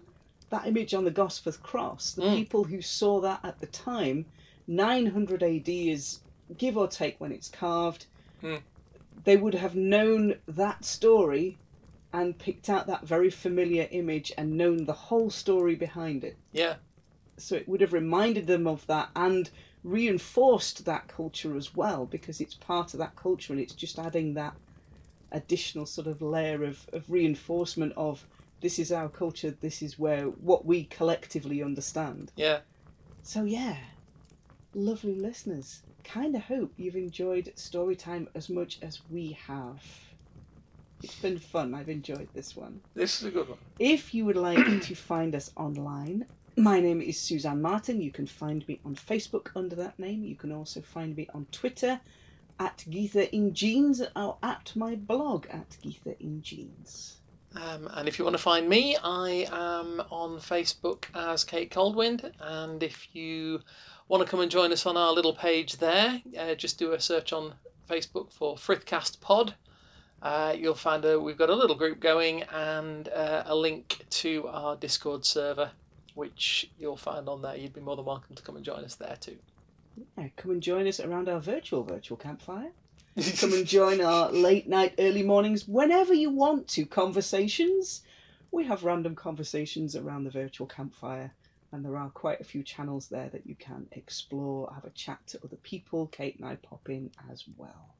Speaker 2: that image on the Gosforth cross, the
Speaker 1: Mm.
Speaker 2: people who saw that at the time, 900 AD is give or take when it's carved.
Speaker 1: Mm.
Speaker 2: They would have known that story and picked out that very familiar image and known the whole story behind it.
Speaker 1: yeah,
Speaker 2: So it would have reminded them of that and reinforced that culture as well because it's part of that culture and it's just adding that additional sort of layer of, of reinforcement of this is our culture, this is where what we collectively understand.
Speaker 1: yeah.
Speaker 2: So yeah, lovely listeners, kind of hope you've enjoyed story time as much as we have. It's been fun. I've enjoyed this one.
Speaker 1: This is a good one.
Speaker 2: If you would like to find us online, my name is Suzanne Martin. You can find me on Facebook under that name. You can also find me on Twitter at Geetha in Jeans or at my blog at Geetha in Jeans.
Speaker 1: Um, and if you want to find me, I am on Facebook as Kate Coldwind. And if you want to come and join us on our little page there, uh, just do a search on Facebook for Frithcast Pod. Uh, you'll find a, we've got a little group going and uh, a link to our Discord server, which you'll find on there. You'd be more than welcome to come and join us there too.
Speaker 2: Yeah, come and join us around our virtual virtual campfire.
Speaker 1: *laughs*
Speaker 2: Come and join our late night, early mornings, whenever you want to conversations. We have random conversations around the virtual campfire, and there are quite a few channels there that you can explore, have a chat to other people. Kate and I pop in as well.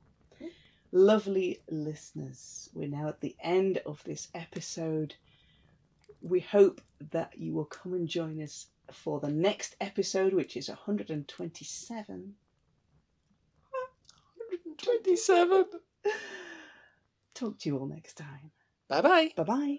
Speaker 2: Lovely listeners, we're now at the end of this episode. We hope that you will come and join us for the next episode, which is 127.
Speaker 1: 127.
Speaker 2: Talk to you all next time.
Speaker 1: Bye bye.
Speaker 2: Bye bye.